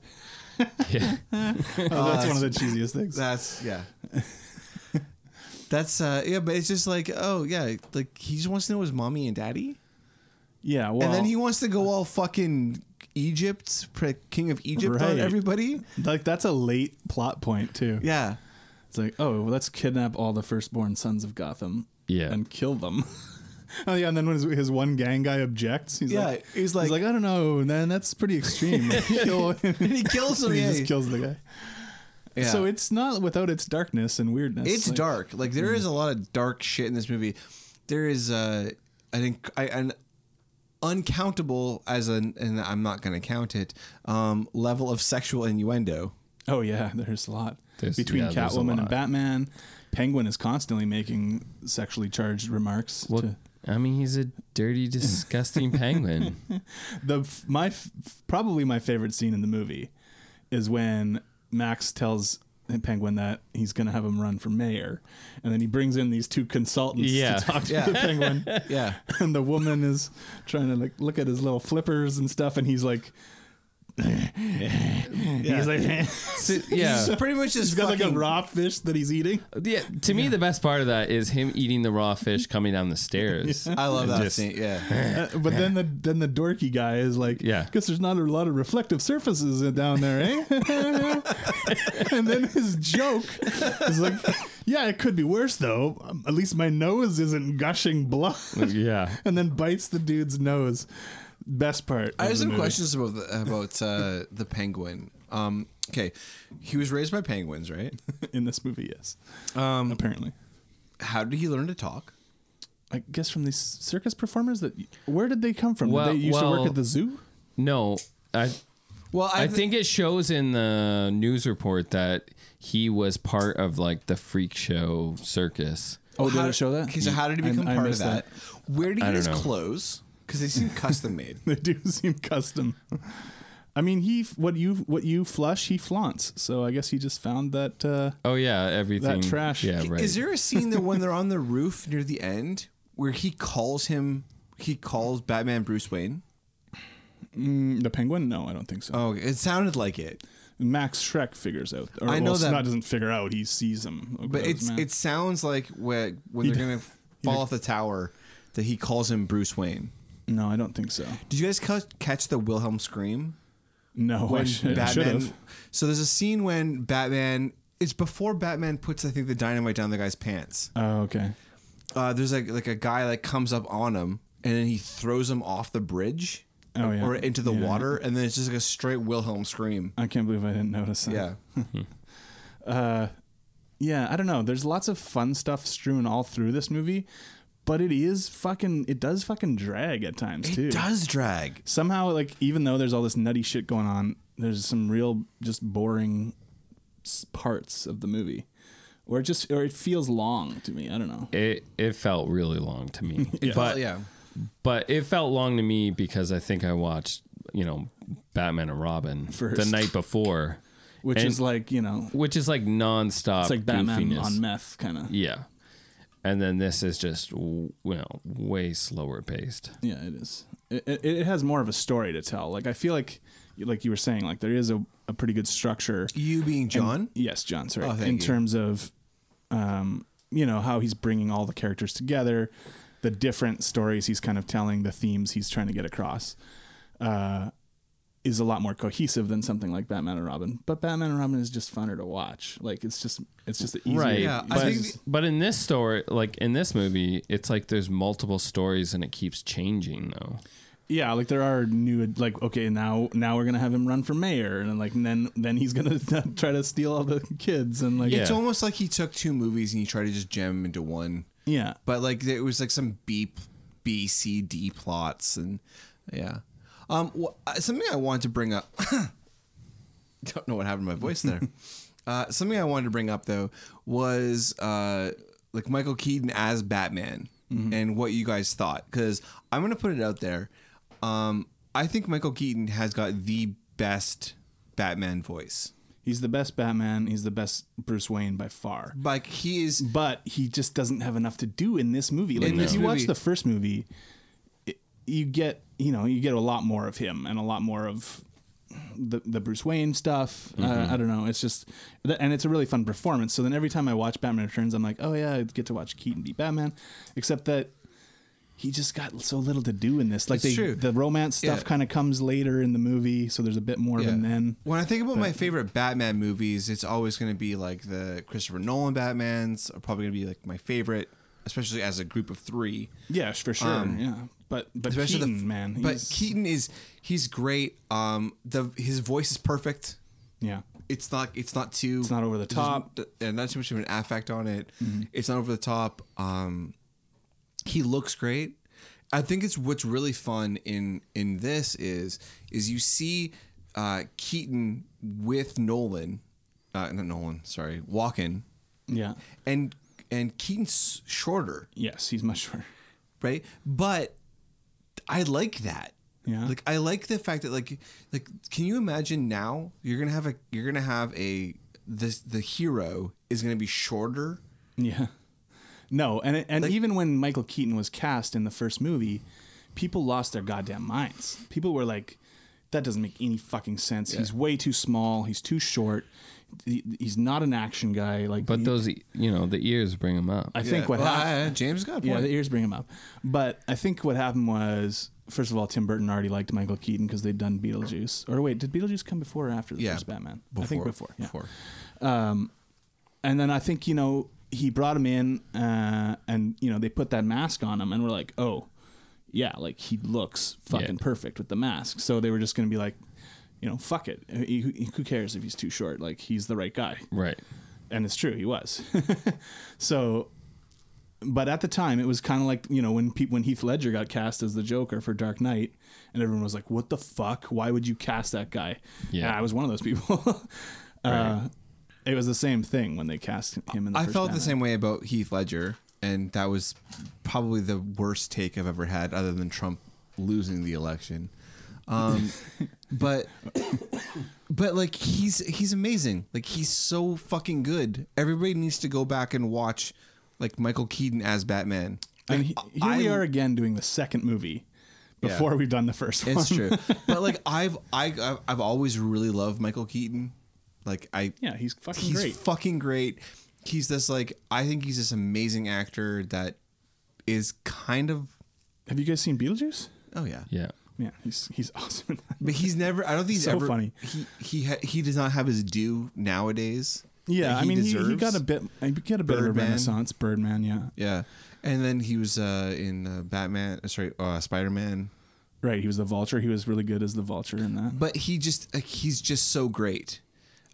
B: yeah.
C: Oh, that's one of the cheesiest things.
A: That's yeah. That's uh yeah, but it's just like oh yeah, like he just wants to know his mommy and daddy,
C: yeah, well,
A: and then he wants to go all fucking Egypt, pre- king of Egypt on
C: Right.
A: everybody.
C: like that's a late plot point too.
A: Yeah,
C: It's like, oh, well, let's kidnap all the firstborn sons of Gotham.
B: Yeah.
C: And kill them. oh yeah, and then when his, his one gang guy objects, he's
A: Yeah,
C: like,
A: he's like-
C: I don't know, man, that's pretty extreme. Like, kill him.
A: and he kills him.
C: he
A: yeah.
C: just kills the guy.
A: Yeah.
C: So it's not without its darkness and weirdness.
A: it's
C: Like,
A: dark. Like there is a lot of dark shit in this movie. There is uh, an, inc- I- an uncountable as an and I'm not going to count it um, level of sexual innuendo.
C: Oh yeah, there's a lot
B: There's-
C: between
B: yeah, there's a
C: Catwoman and
B: lot.
C: Batman. Penguin is constantly making sexually charged remarks.
B: Well,
C: to-
B: I mean, he's a dirty, disgusting penguin.
C: the f- my f- f- probably my favorite scene in the movie is when Max tells Penguin that he's going to have him run for mayor, and then he brings in these two consultants
B: Yeah.
C: to talk to
A: Yeah.
C: the Penguin,
A: Yeah,
C: and the woman is trying to like look at his little flippers and stuff, and he's like. He's like
B: So, yeah.
A: It's pretty much just
C: he's got like a
A: fucking-
C: raw fish that he's eating.
B: Yeah, to me, the best part of that is him eating the raw fish coming down the stairs.
A: I love that
B: Just-
A: scene. Yeah,
C: Uh, but then the then the dorky guy is like,
B: Yeah.
C: guess there's not a lot of reflective surfaces down there, eh?" and then his joke is like, "Yeah, it could be worse though. Um, At least my nose isn't gushing blood."
B: yeah,
C: and then bites the dude's nose. Best part.
A: I have
C: of the
A: some
C: movie.
A: questions about the, about uh, the penguin. Um, okay, he was raised by penguins, right?
C: in this movie. Yes, um, apparently.
A: How did he learn to talk?
C: I guess from these circus performers that where did they come from?
B: Well-
C: did they used to
B: well-
C: work at the zoo?
B: no, I
A: Well,
B: I think it shows in the news report that he was part of like the freak show circus.
C: Oh, did
A: How-
C: it show that?
A: Okay, so how did he become
C: I- I
A: part of
C: missed
A: that?
C: that.
A: Where did he
B: I
A: get his
B: don't know.
A: clothes? Because they seem custom made.
C: They do seem custom. I mean, he what you what you flush, he flaunts. So I guess he just found that. Uh,
B: Oh yeah, everything.
C: That trash.
B: Yeah, right.
A: Is there a scene that when they're on the roof near the end where he calls him? He calls Batman Bruce Wayne.
C: the penguin? No, I don't think so.
A: Oh, it sounded like it,
C: Max Shrek figures out. Or,
A: I know
C: well,
A: that-
C: Scott doesn't figure out. He sees him. Oh,
A: but
C: gross,
A: it's
C: man.
A: it sounds like when when
C: He
A: they're
C: d-
A: gonna fall off the tower that he calls him Bruce Wayne.
C: no, I don't think so.
A: Did you guys ca- catch the Wilhelm scream?
C: No, Oh, I should
A: Batman.
C: have.
A: So there's a scene when Batman. It's before Batman puts, I think, the dynamite down the guy's pants.
C: Oh, okay.
A: Uh, there's like like a guy like comes up on him, and then he throws him off the bridge,
C: Oh, yeah.
A: or into the
C: Yeah.
A: water, and then it's just like a straight Wilhelm scream.
C: I can't believe I didn't notice that.
A: Yeah,
C: Yeah, I don't know. There's lots of fun stuff strewn all through this movie, but it is fucking. It does fucking drag at times too.
A: it does drag.
C: somehow like even though there's all this nutty shit going on there's some real just boring s- parts of the movie or it just or it feels long to me i don't know
B: it it felt really long to me.
A: Well,
B: But
A: yeah,
B: but it felt long to me because I think I watched you know Batman and Robin the
C: First.
B: night before,
C: which
B: And-
C: is like you know
B: which is like nonstop.
C: it's like batman
B: goofiness.
C: on meth kind of
B: Yeah. And then this is just w- you know way slower paced.
C: yeah it is it, it, it has more of a story to tell like i feel like like you were saying like there is a, a pretty good structure
A: you being John.
C: Yes, John. Sorry.
A: Oh, thank
C: in
A: you.
C: terms of, um, you know how he's bringing all the characters together, the different stories he's kind of telling, the themes he's trying to get across, uh, is a lot more cohesive than something like Batman and Robin. But Batman and Robin is just funner to watch. Like it's just it's just easier.
B: right
A: Yeah, I
B: but,
A: think the-
B: but in this story like in this movie it's like there's multiple stories and it keeps changing though
C: Yeah, like there are new like okay now now we're gonna have him run for mayor and then, like and then then he's gonna try to steal all the kids and like
A: It's
B: Yeah.
A: almost like he took two movies and he tried to just jam them into one.
C: yeah.
A: but like it was like some B, B, C, D plots and yeah. Um, wh- uh, something I wanted to bring up. don't know what happened to my voice there. uh, something I wanted to bring up though was uh, like Michael Keaton as Batman and what you guys thought because I'm gonna put it out there. Um, I think Michael Keaton has got the best Batman voice.
C: He's the best Batman. He's the best Bruce Wayne by far.
A: Like he is
C: But he just doesn't have enough to do in this movie. Like
A: In
C: if
A: this
C: you watch
A: movie-
C: the first movie, it, you get you know you get a lot more of him and a lot more of the the Bruce Wayne stuff.
A: Mm-hmm.
C: Uh, I don't know. It's just that, and it's a really fun performance. So then every time I watch Batman Returns, I'm like, oh yeah, I get to watch Keaton be Batman. Except that. He just got so little to do in this. Like
A: It's
C: they,
A: true.
C: the romance stuff
A: Yeah.
C: kind of comes later in the movie, so there's a bit more of him then.
A: When I think about my favorite Batman movies, it's always going to be like the Christopher Nolan Batmans are probably going to be like my favorite, especially as a group of three.
C: Yeah, for sure.
A: Um,
C: yeah, but but
A: Especially
C: Keaton,
A: the,
C: man,
A: but
C: he's-
A: Keaton is he's great. Um, the his voice is perfect.
C: yeah,
A: It's not it's not too it's
C: not over the top. Mm-hmm.
A: and not too much of an affect on it. It's not over the top. Um, he looks great. I think it's what's really fun in in this is is you see uh, Keaton with Nolan, uh, not Nolan, sorry, Walken,
C: yeah,
A: and and Keaton's shorter,
C: yes, he's much shorter.
A: right? But I like that.
C: Yeah.
A: Like I like the fact that like like can you imagine now you're gonna have a you're gonna have a this the hero is gonna be shorter.
C: Yeah, no, and it- and even when Michael Keaton was cast in the first movie, people lost their goddamn minds. People were like, "That doesn't make any fucking sense. He's way too small. He's too short. He, he's not an action guy." Like,
B: But
C: he-
B: those, e- you know, the ears bring them up.
C: I think what
A: Well,
C: happened.
A: I- James got a
C: Yeah,
A: point.
C: the ears bring him up. But I think what happened was, first of all, Tim Burton already liked Michael Keaton because they'd done Beetlejuice. Or wait, did Beetlejuice come before or after the
A: Yeah,
C: first Batman? I think before. Yeah.
A: Before.
C: And then I think you know he brought him in, uh, and you know they put that mask on him, and we're like, oh, yeah, like he looks fucking
B: Yeah.
C: perfect with the mask. So they were just gonna be like, you know, fuck it, Who- who- who cares if he's too short? Like he's the right guy.
B: right.
C: and it's true he was so but at the time it was kind of like you know when peop when Heath Ledger got cast as the Joker for Dark Knight and everyone was like what the fuck why would you cast that guy
B: Yeah.
C: And I was one of those people uh, it was the same thing when they cast him in the
A: I
C: first
A: felt
C: Batman.
A: the same way about Heath Ledger, and that was probably the worst take I've ever had, other than Trump losing the election. Um, but but like he's he's amazing. Like he's so fucking good. Everybody needs to go back and watch like Michael Keaton as Batman.
C: and he, here
A: I-
C: we are again doing the second movie
A: Yeah.
C: before we've done the first one
A: It's true. but like I've I I've- I've always really loved Michael Keaton. Like I
C: yeah he's fucking
A: he's
C: great
A: fucking great. He's this like I think he's this amazing actor that is kind of
C: have you guys seen Beetlejuice
A: oh yeah
B: Yeah.
C: yeah he's he's awesome in that.
A: But he's never. I don't think he's
C: So
A: ever.
C: funny.
A: He he ha- he does not have his due nowadays.
C: Yeah,
A: that
C: I mean, he, he
A: deserves.
C: got a bit, he got a bit of a
A: Birdman.
C: renaissance. Birdman, yeah,
A: Yeah, and then he was uh, in uh, Batman. uh, Sorry, uh, Spider Man.
C: right. He was the Vulture. He was really good as the Vulture in that.
A: But he just like, he's just so great.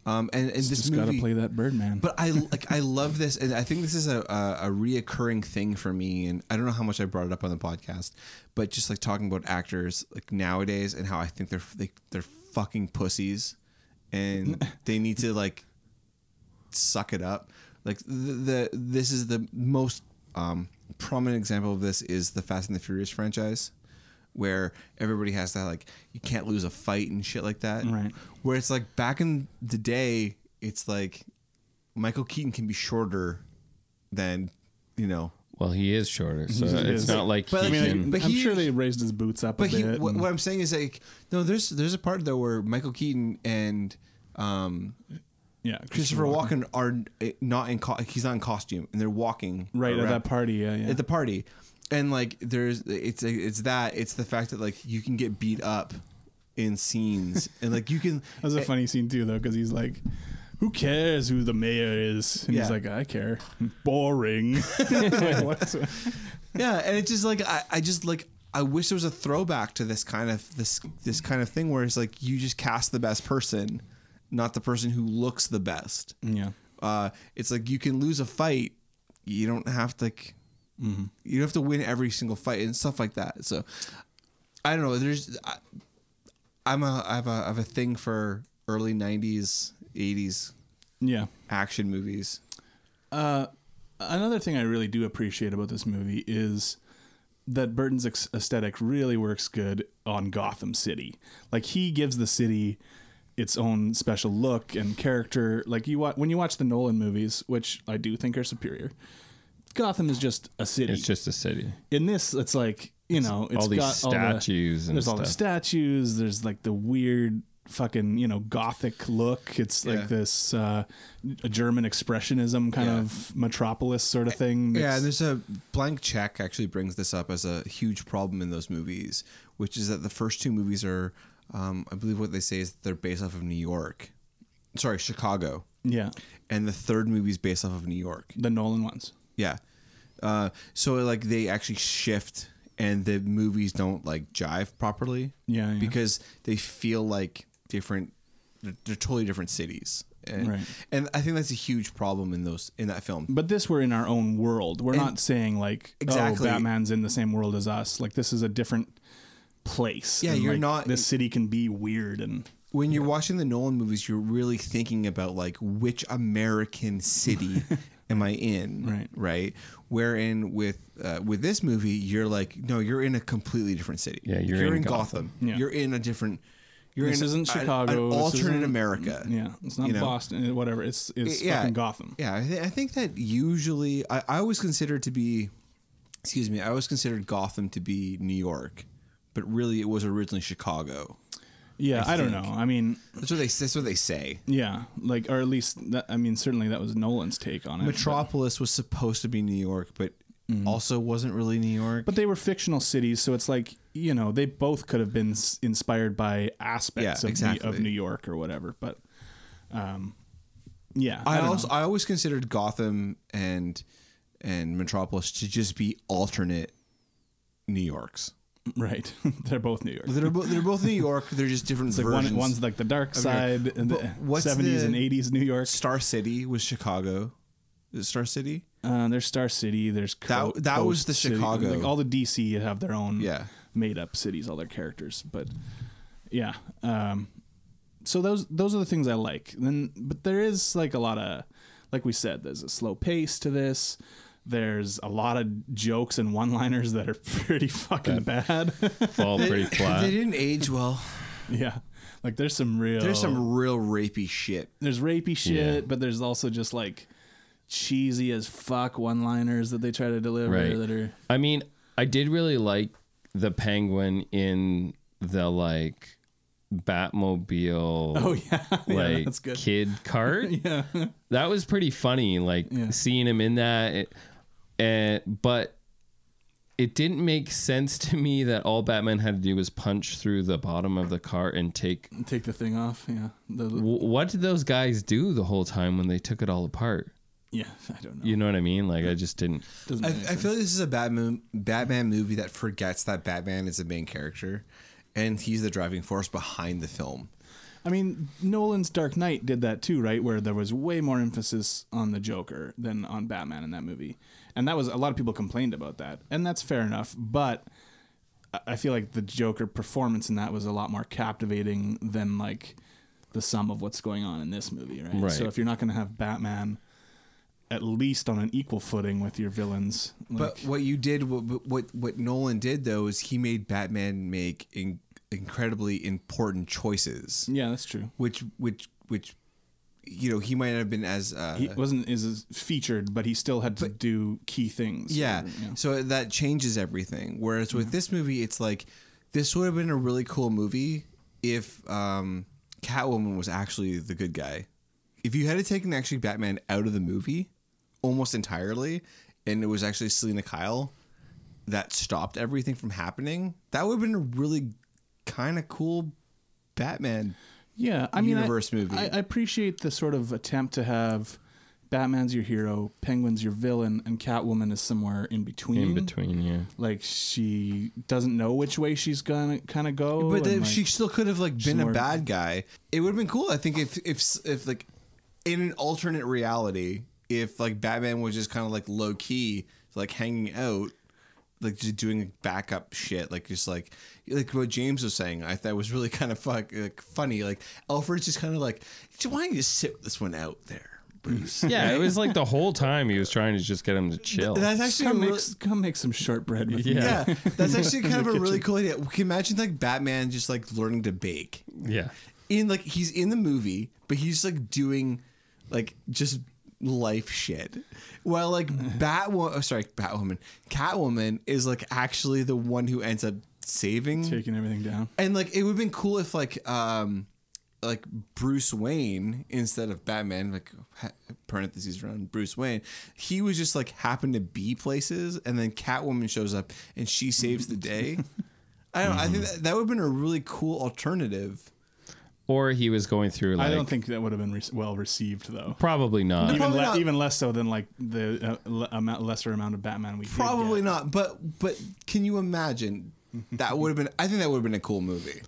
A: Um, and and this
C: just
A: movie.
C: got to play that Birdman.
A: But I like I love this, and I think this is a, a a reoccurring thing for me. And I don't know how much I brought it up on the podcast, but just like talking about actors like nowadays and how I think they're they, they're fucking pussies, and they need to like suck it up. Like the, the this is the most um, prominent example of this is the Fast and the Furious franchise, where everybody has that like you can't lose a fight and shit like that.
C: Right.
A: Where it's like back in the day, it's like Michael Keaton can be shorter than you know.
B: Well, he is shorter, so it's
C: is.
B: not like
A: But,
B: he
A: I mean,
B: can.
A: but
C: I'm
A: he-
C: sure they raised his boots up
A: But
C: a
A: he,
C: bit.
A: what,
C: and-
A: what I'm saying is like no, there's there's a part though where Michael Keaton and um,
C: yeah,
A: Christopher Walken are eh, not in co- he's not in costume and they're walking
C: right at
A: around-
C: that party. Yeah, yeah.
A: at the party and like there's it's it's that it's the fact that like you can get beat up in scenes and like you can eh,
C: that was a funny scene too, though, because he's like. Who cares who the mayor is? And he's
A: Yeah.
C: like, I care. Boring. What?
A: yeah and it's just like I, I just like i wish there was a throwback to this kind of this this kind of thing where it's like you just cast the best person not the person who looks the best
C: yeah.
A: uh it's like you can lose a fight you don't have to like you don't have to win every single fight and stuff like that so i don't know there's I, i'm a i have a i have a thing for early '90s, '80s
C: Yeah.
A: action movies.
C: Another thing I really do appreciate about this movie is that Burton's ex- aesthetic really works good on Gotham City. Like he gives the city its own special look and character. Like you wa- when you watch the Nolan movies, which I do think are superior. Gotham is just a city.
B: It's just a city.
C: in this it's like you know it's
B: all these
C: got all
B: statues
C: the,
B: and
C: there's all the
B: stuff.
C: statues there's like the weird fucking you know gothic look it's
A: Yeah.
C: like this uh german expressionism kind
A: Yeah.
C: of metropolis sort of thing
A: Yeah,
C: mixed-
A: and there's a blank check actually brings this up as a huge problem in those movies, which is that the first two movies are, um, I believe what they say is that they're based off of New York, sorry, Chicago,
C: yeah
A: and the third movie is based off of New York.
C: the nolan ones
A: Yeah, uh, so like they actually shift, and the movies don't like jive properly.
C: Yeah, yeah.
A: because they feel like different, they're, they're totally different cities. And,
C: Right.
A: and I think that's a huge problem in those in that film.
C: but this we're in our own world we're not saying like
A: Exactly.
C: oh batman's in the same world as us like this is a different place
A: Yeah,
C: and,
A: you're
C: like,
A: not-
C: this city can be weird and
A: when you're watching the Nolan movies, you're really thinking about like which American city am I in,
C: Right.
A: Right. Wherein with uh, with this movie, you're like, no, you're in a completely different city.
B: Yeah, you're in
A: Gotham.
B: Gotham.
C: Yeah.
A: You're in a different. You're
C: This
A: in
C: isn't
A: an-
C: Chicago,
A: An
C: this
A: alternate
C: isn't- Mm,
A: America.
C: yeah it's not
A: You know?
C: boston whatever it's it's
A: yeah,
C: fucking gotham
A: Yeah, I, th- I think that usually I, I always considered to be, excuse me, I always considered Gotham to be New York, but really it was originally Chicago.
C: yeah i don't know i mean
A: That's what they that's what they say.
C: Yeah, like or at least that, I mean, certainly that was Nolan's take on it.
A: Metropolis was supposed to be New York, but also wasn't really New York.
C: but they were fictional cities, so it's like you know they both could have been s- inspired by aspects
A: Yeah,
C: of,
A: exactly.
C: the, of New York or whatever. But um, yeah,
A: I,
C: don't
A: also
C: know.
A: I always considered Gotham and and Metropolis to just be alternate New Yorks.
C: right, they're both New York.
A: They're, bo- they're both New York. They're just different
C: It's like
A: versions.
C: one, one's like the dark side, and
A: But
C: the
A: what's
C: seventies
A: the-
C: and eighties New York.
A: Star City was Chicago. Is it Star City?
C: Uh, there's Star City. There's Co-
A: That- that was
C: Coast
A: the
C: City,
A: Chicago.
C: Like all the DC have their own
A: Yeah.
C: made up cities, all their characters. But yeah, um, so those those are the things I like. Then, but there is like a lot of, like we said, there's a slow pace to this. There's a lot of jokes and one liners that are pretty fucking bad.
B: Fall pretty
A: They
B: flat.
A: didn't age well.
C: yeah, like there's some real
A: There's some real rapey shit.
C: there's rapey shit,
B: Yeah.
C: but there's also just like cheesy as fuck one liners that they try to deliver
B: Right.
C: that are
B: I mean, I did really like the penguin in the like Batmobile.
C: Oh yeah, Yeah,
B: Like
C: that's good.
B: kid cart. yeah, that was pretty funny. Like seeing him in that, it- and but it didn't make sense to me that all Batman had to do was punch through the bottom of the car and take.
C: Take the thing off. Yeah, the,
B: W- what did those guys do the whole time when they took it all apart?
C: yeah. I don't know.
B: You know what I mean? Like I just didn't.
C: Doesn't
A: I,
C: make
A: I
C: sense.
A: feel like this is a Batman Batman movie that forgets that Batman is the main character, and he's the driving force behind the film.
C: I mean, Nolan's Dark Knight did that too, right? Where there was way more emphasis on the Joker than on Batman in that movie, and that was a lot of people complained about that, and that's fair enough. But I- I feel like the Joker performance in that was a lot more captivating than like the sum of what's going on in this movie, right?
B: Right.
C: So if you're not going to have Batman at least on an equal footing with your villains, like,
A: But what you did, what what what Nolan did though, is he made Batman make in, incredibly important choices,
C: yeah, that's true.
A: which which which, you know, he might not have been as uh,
C: he wasn't is as featured, but he still had to do key things.
A: yeah.
C: Or,
A: So that changes everything. Whereas with this movie, it's like this would have been a really cool movie if um, Catwoman was actually the good guy. If you had taken actually Batman out of the movie almost entirely, and it was actually Selena Kyle that stopped everything from happening, that would have been a really kind of cool Batman.
C: yeah. I mean, I-
A: Universe movie.
C: I, I appreciate the sort of attempt to have Batman's your hero, Penguin's your villain, and Catwoman is somewhere in between.
B: In between, yeah.
C: like she doesn't know which way she's gonna kind of go.
A: But
C: and,
A: then
C: like-
A: she still could have like been a
C: more-
A: bad guy. It would have been cool. I think if if if like in an alternate reality, if like Batman was just kind of like low key, like hanging out, like just doing backup shit, like just like like what James was saying. I thought was really kind of fuck, like funny. Like Alfred's just kind of like, why don't you just sit this one out there, Bruce?
B: Yeah, it was like the whole time he was trying to just get him to chill.
A: That's actually
C: Come
A: a real-
C: make, s- come make some shortbread with me.
A: yeah. that's actually kind of a really cool idea. Can you imagine like Batman just like learning to bake?
B: yeah.
A: in like he's in the movie, but he's like doing like just life shit. While like Batwoman, oh, sorry, Batwoman, Catwoman is like actually the one who ends up saving.
C: Taking everything down.
A: And like it would have been cool if like um like Bruce Wayne instead of Batman, like ha- parentheses around Bruce Wayne, he was just like happened to be places, and then Catwoman shows up and she saves the day. I don't. know, I think that, that would have been a really cool alternative.
B: Or he was going through like
C: I don't think that would have been re- well received though.
B: probably not.
C: Even,
A: Probably
C: le-
A: not.
C: even less so than like the uh, le- amount, lesser amount of Batman we did
A: Probably
C: get.
A: not, but but can you imagine? That would have been. I think that would have been a cool movie.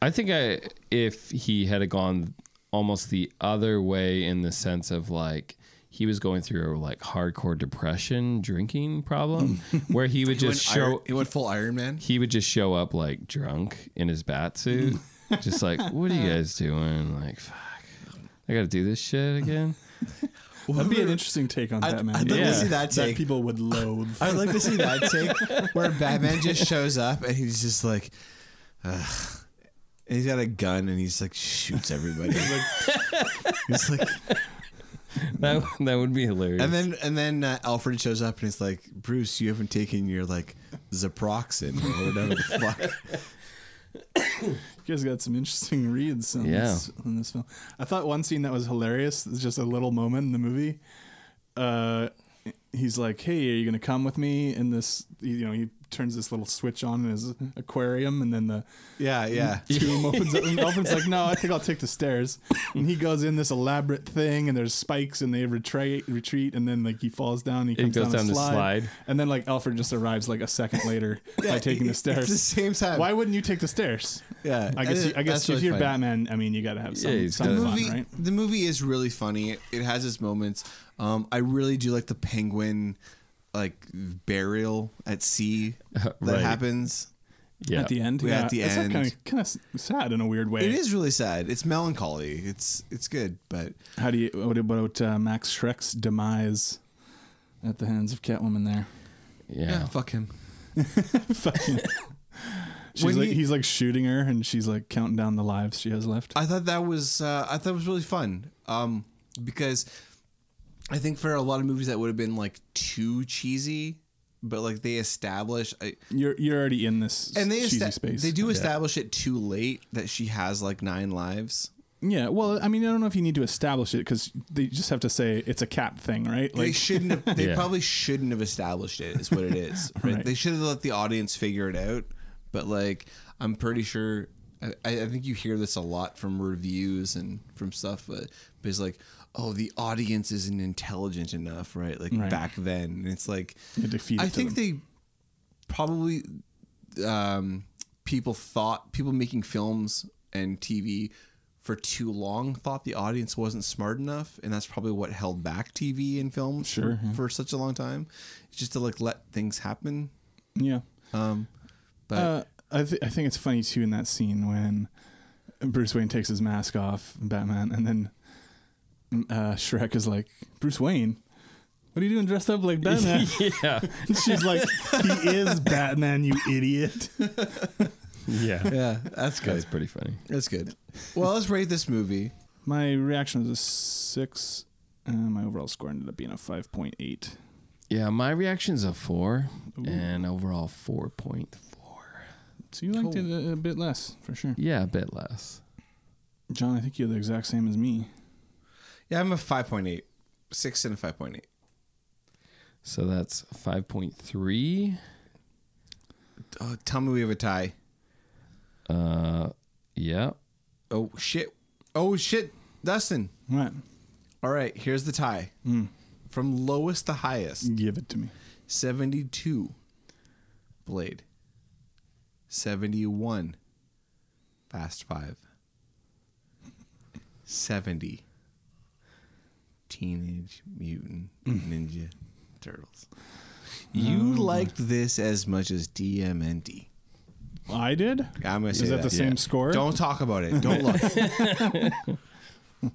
B: I think I if he had gone almost the other way in the sense of like he was going through a like hardcore depression drinking problem where he would just
A: Went Iron-
B: show
A: it went full Iron Man.
B: he would just show up like drunk in his bat suit just like what are you guys doing like fuck I got to do this shit again
C: That'd be an interesting take on
A: I'd-
C: Batman.
A: I'd love
B: to see
A: that take.
C: people would loathe.
A: I'd like to see that take where Batman just shows up and he's just like, Ugh. And he's got a gun and he's like shoots everybody. he's like,
B: that that would be hilarious
A: and then and then uh, Alfred shows up and he's like, Bruce, you haven't taken your like Zaproxen or whatever the fuck.
C: You guys got some interesting reads on,
B: Yeah.
C: this, on this film. I thought one scene that was hilarious is just a little moment in the movie. Uh, he's like, "Hey, are you gonna come with me?" And this, you know, he turns this little switch on in his aquarium, and then the
A: Yeah, yeah.
C: tomb opens up. And Alfred's like, "No, I think I'll take the stairs." And he goes in this elaborate thing, and there's spikes, and they retreat, retreat, and then like he falls down. He
B: He
C: comes
B: goes
C: down,
B: down
C: the
B: the
C: slide,
B: slide.
C: and then like Alfred just arrives like a second later by taking the
A: it's
C: stairs.
A: the same time.
C: Why wouldn't you take the stairs?
A: Yeah,
C: I guess.
A: that-
C: You, I guess
A: that's
C: if
A: really
C: you're
A: funny.
C: Batman, I mean, you gotta have some,
B: Yeah, he's got-
C: some fun,
A: the movie,
C: right?
A: the movie is really funny. It, it has its moments. Um, I really do like the penguin, like burial at sea that
B: Right.
A: happens.
B: yeah
C: At the end,
A: Yeah, at the end.
C: kind of kind of sad in a weird way.
A: It is really sad. It's melancholy. It's it's good, but
C: How do you? What about uh, Max Shrek's demise at the hands of Catwoman? There,
B: yeah
A: fuck him.
C: fucking. She's
A: When
C: like
A: he-
C: he's like shooting her, and she's like counting down the lives she has left.
A: I thought that was uh, I thought it was really fun um, because I think for a lot of movies that would have been like too cheesy, but like they establish. I,
C: You're you're already in this
A: and they
C: cheesy
A: esta-
C: space.
A: they do establish it too late that she has like nine lives.
C: Yeah, well, I mean, I don't know if you need to establish it because they just have to say it's a cat thing, right?
A: they
C: Like,
A: shouldn't have they
B: Yeah.
A: probably shouldn't have established it is what it is right?
C: Right.
A: they should have let the audience figure it out but like i'm pretty sure I, I think you hear this a lot from reviews and from stuff but, but it's like oh the audience isn't intelligent enough right like
C: Right.
A: back then and it's like
C: You had to feed
A: i
C: it to
A: think
C: them.
A: they probably um, people thought people making films and tv for too long thought the audience wasn't smart enough and that's probably what held back tv and films
C: Sure,
A: for,
C: yeah.
A: for such a long time just to like let things happen
C: yeah.
A: but
C: Uh, I, th- I think it's funny too in that scene when Bruce Wayne takes his mask off, Batman, and then uh, Shrek is like, Bruce Wayne, what are you doing dressed up like Batman?
B: yeah
C: And She's like, he is Batman, you idiot. Uh.
B: yeah
A: yeah that's
B: that's
A: good
B: pretty funny
A: that's good well let's rate this movie
C: My reaction was a six, and my overall score ended up being a 5.8.
B: Yeah, my reaction's a four, and overall four point four.
C: So you liked it a, a bit less, for sure.
B: Yeah, a bit less.
C: John, I think you're the exact same as me.
A: yeah i'm a 5.8 6 and a 5.8
B: So that's five point three.
A: oh, tell me we have a tie
B: Yeah.
A: oh shit oh shit dustin
C: What?
A: all right here's the tie
C: Hmm.
A: from lowest to highest
C: Give it to me.
A: 72 blade 71 fast 5 70
C: Mm.
A: teenage mutant ninja turtles
C: Oh
A: You liked this as much as DMND.
C: I did.
A: I'm gonna say
C: Is that the same score?
A: Don't talk about it. Don't look.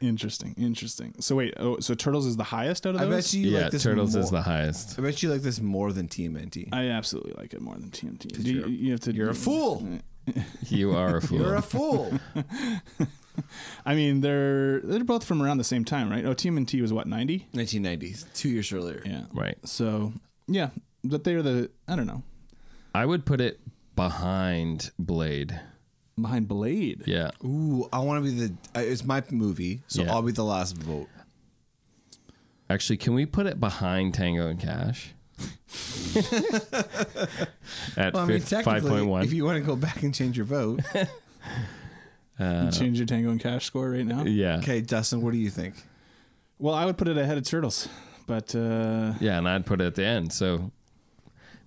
C: Interesting. Interesting. So wait. Oh, so Turtles is the highest out of
A: I
C: those.
A: bet you
B: yeah,
A: like this
B: Turtles
A: more,
B: is the highest.
A: I bet you like this more than TMNT.
C: I absolutely like it more than TMT. Do you,
A: you're-
C: you have to.
A: You're a fool.
B: You are a fool.
A: You're a fool.
C: I mean, they're they're both from around the same time, right? Oh, TMNT was what ninety.
A: 1990s, two years earlier.
C: Yeah.
B: right.
C: So yeah, but they're the I don't know
B: I would put it behind Blade.
C: behind Blade.
B: Yeah.
A: Ooh, I want to be the. Uh, it's my movie, so
B: Yeah.
A: I'll be the last vote.
B: Actually, can we put it behind Tango and Cash? At
A: Well, I mean,
B: five
A: technically,
B: point one.
A: if you want to go back and change your vote,
C: You change your Tango and Cash score right now.
B: yeah.
A: okay, Dustin, what do you think?
C: Well, I would put it ahead of Turtles, but uh,
B: Yeah, and I'd put it at the end. So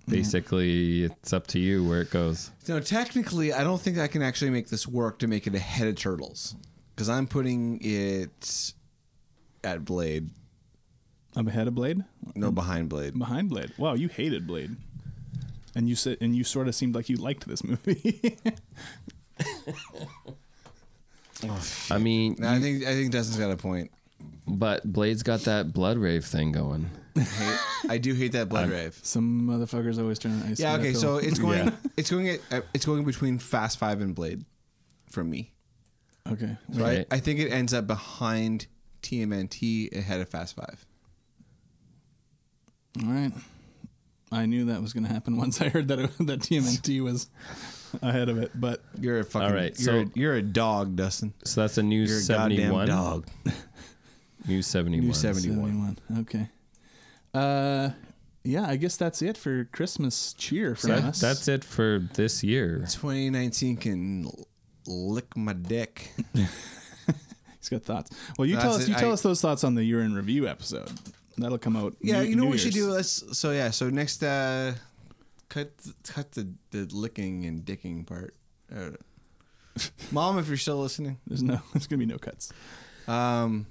A: Mm-hmm.
B: basically, it's up to you where it goes.
A: No, technically, I don't think I can actually make this work to make it ahead of Turtles because I'm putting it at Blade,
C: I'm ahead of Blade.
A: no behind Blade.
C: Behind Blade. Wow, you hated Blade, and you said and you sort of seemed like you liked this movie.
B: I mean,
A: No, I think I think Dustin's got a point.
B: but Blade's got that blood rave thing going.
A: Hate- I do hate that Blood Rave.
C: Some motherfuckers always turn. ice
A: Yeah,
C: on that
A: okay,
C: pill.
A: so it's going it's going at, uh, it's going between Fast Five and Blade, for me.
C: okay.
A: So
B: Right.
A: I, I think it ends up behind TMNT ahead of Fast Five.
C: All right. I knew that was going to happen once I heard that it, that TMNT was ahead of it, but
A: You're a fucking.
B: All right,
A: you're,
B: so-
A: a, you're a dog, Dustin.
B: So that's a new
A: You're a
B: seventy
A: goddamn
B: one.
A: dog.
B: New seventy one.
A: New 71.
C: 71. Okay. Uh yeah, I guess that's it for Christmas cheer from
B: So that-
C: us.
B: that's it for this year.
A: 2019 can l- lick my dick.
C: He's got thoughts. Well, you tell
A: That's it.
C: us you tell
A: I-
C: us those thoughts on the year in review episode. That'll come out.
A: Yeah,
C: New-
A: you know
C: New
A: what we should
C: Year's.
A: do? uh, Let's so yeah, so next uh cut cut the, the licking and dicking part. out. Mom, if you're still listening.
C: There's no there's going to be no cuts.
A: Um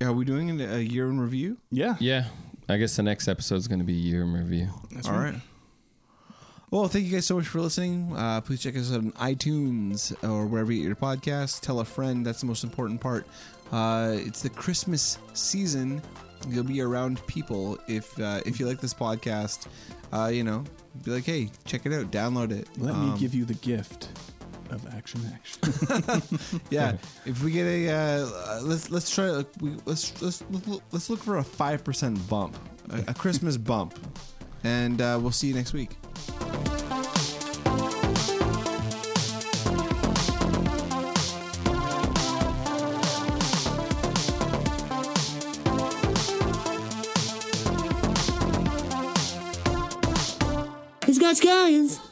A: are we doing a year in review?
C: Yeah.
B: Yeah, I guess the next episode is going to be year in review.
A: All right. Well, thank you guys so much for listening. Uh, please check us out on iTunes or wherever you get your podcasts. Tell a friend. That's the most important part. Uh, it's the Christmas season. You'll be around people. If uh, if you like this podcast, uh, you know, be like, hey, check it out. Download it.
C: Let
A: Um,
C: me give you the gift of action action.
A: yeah. if we get a uh, uh, let's let's try like, we, let's let's look- let's look for a five percent bump, a, a Christmas bump, and uh, we'll see you next week.
G: He's got scallions.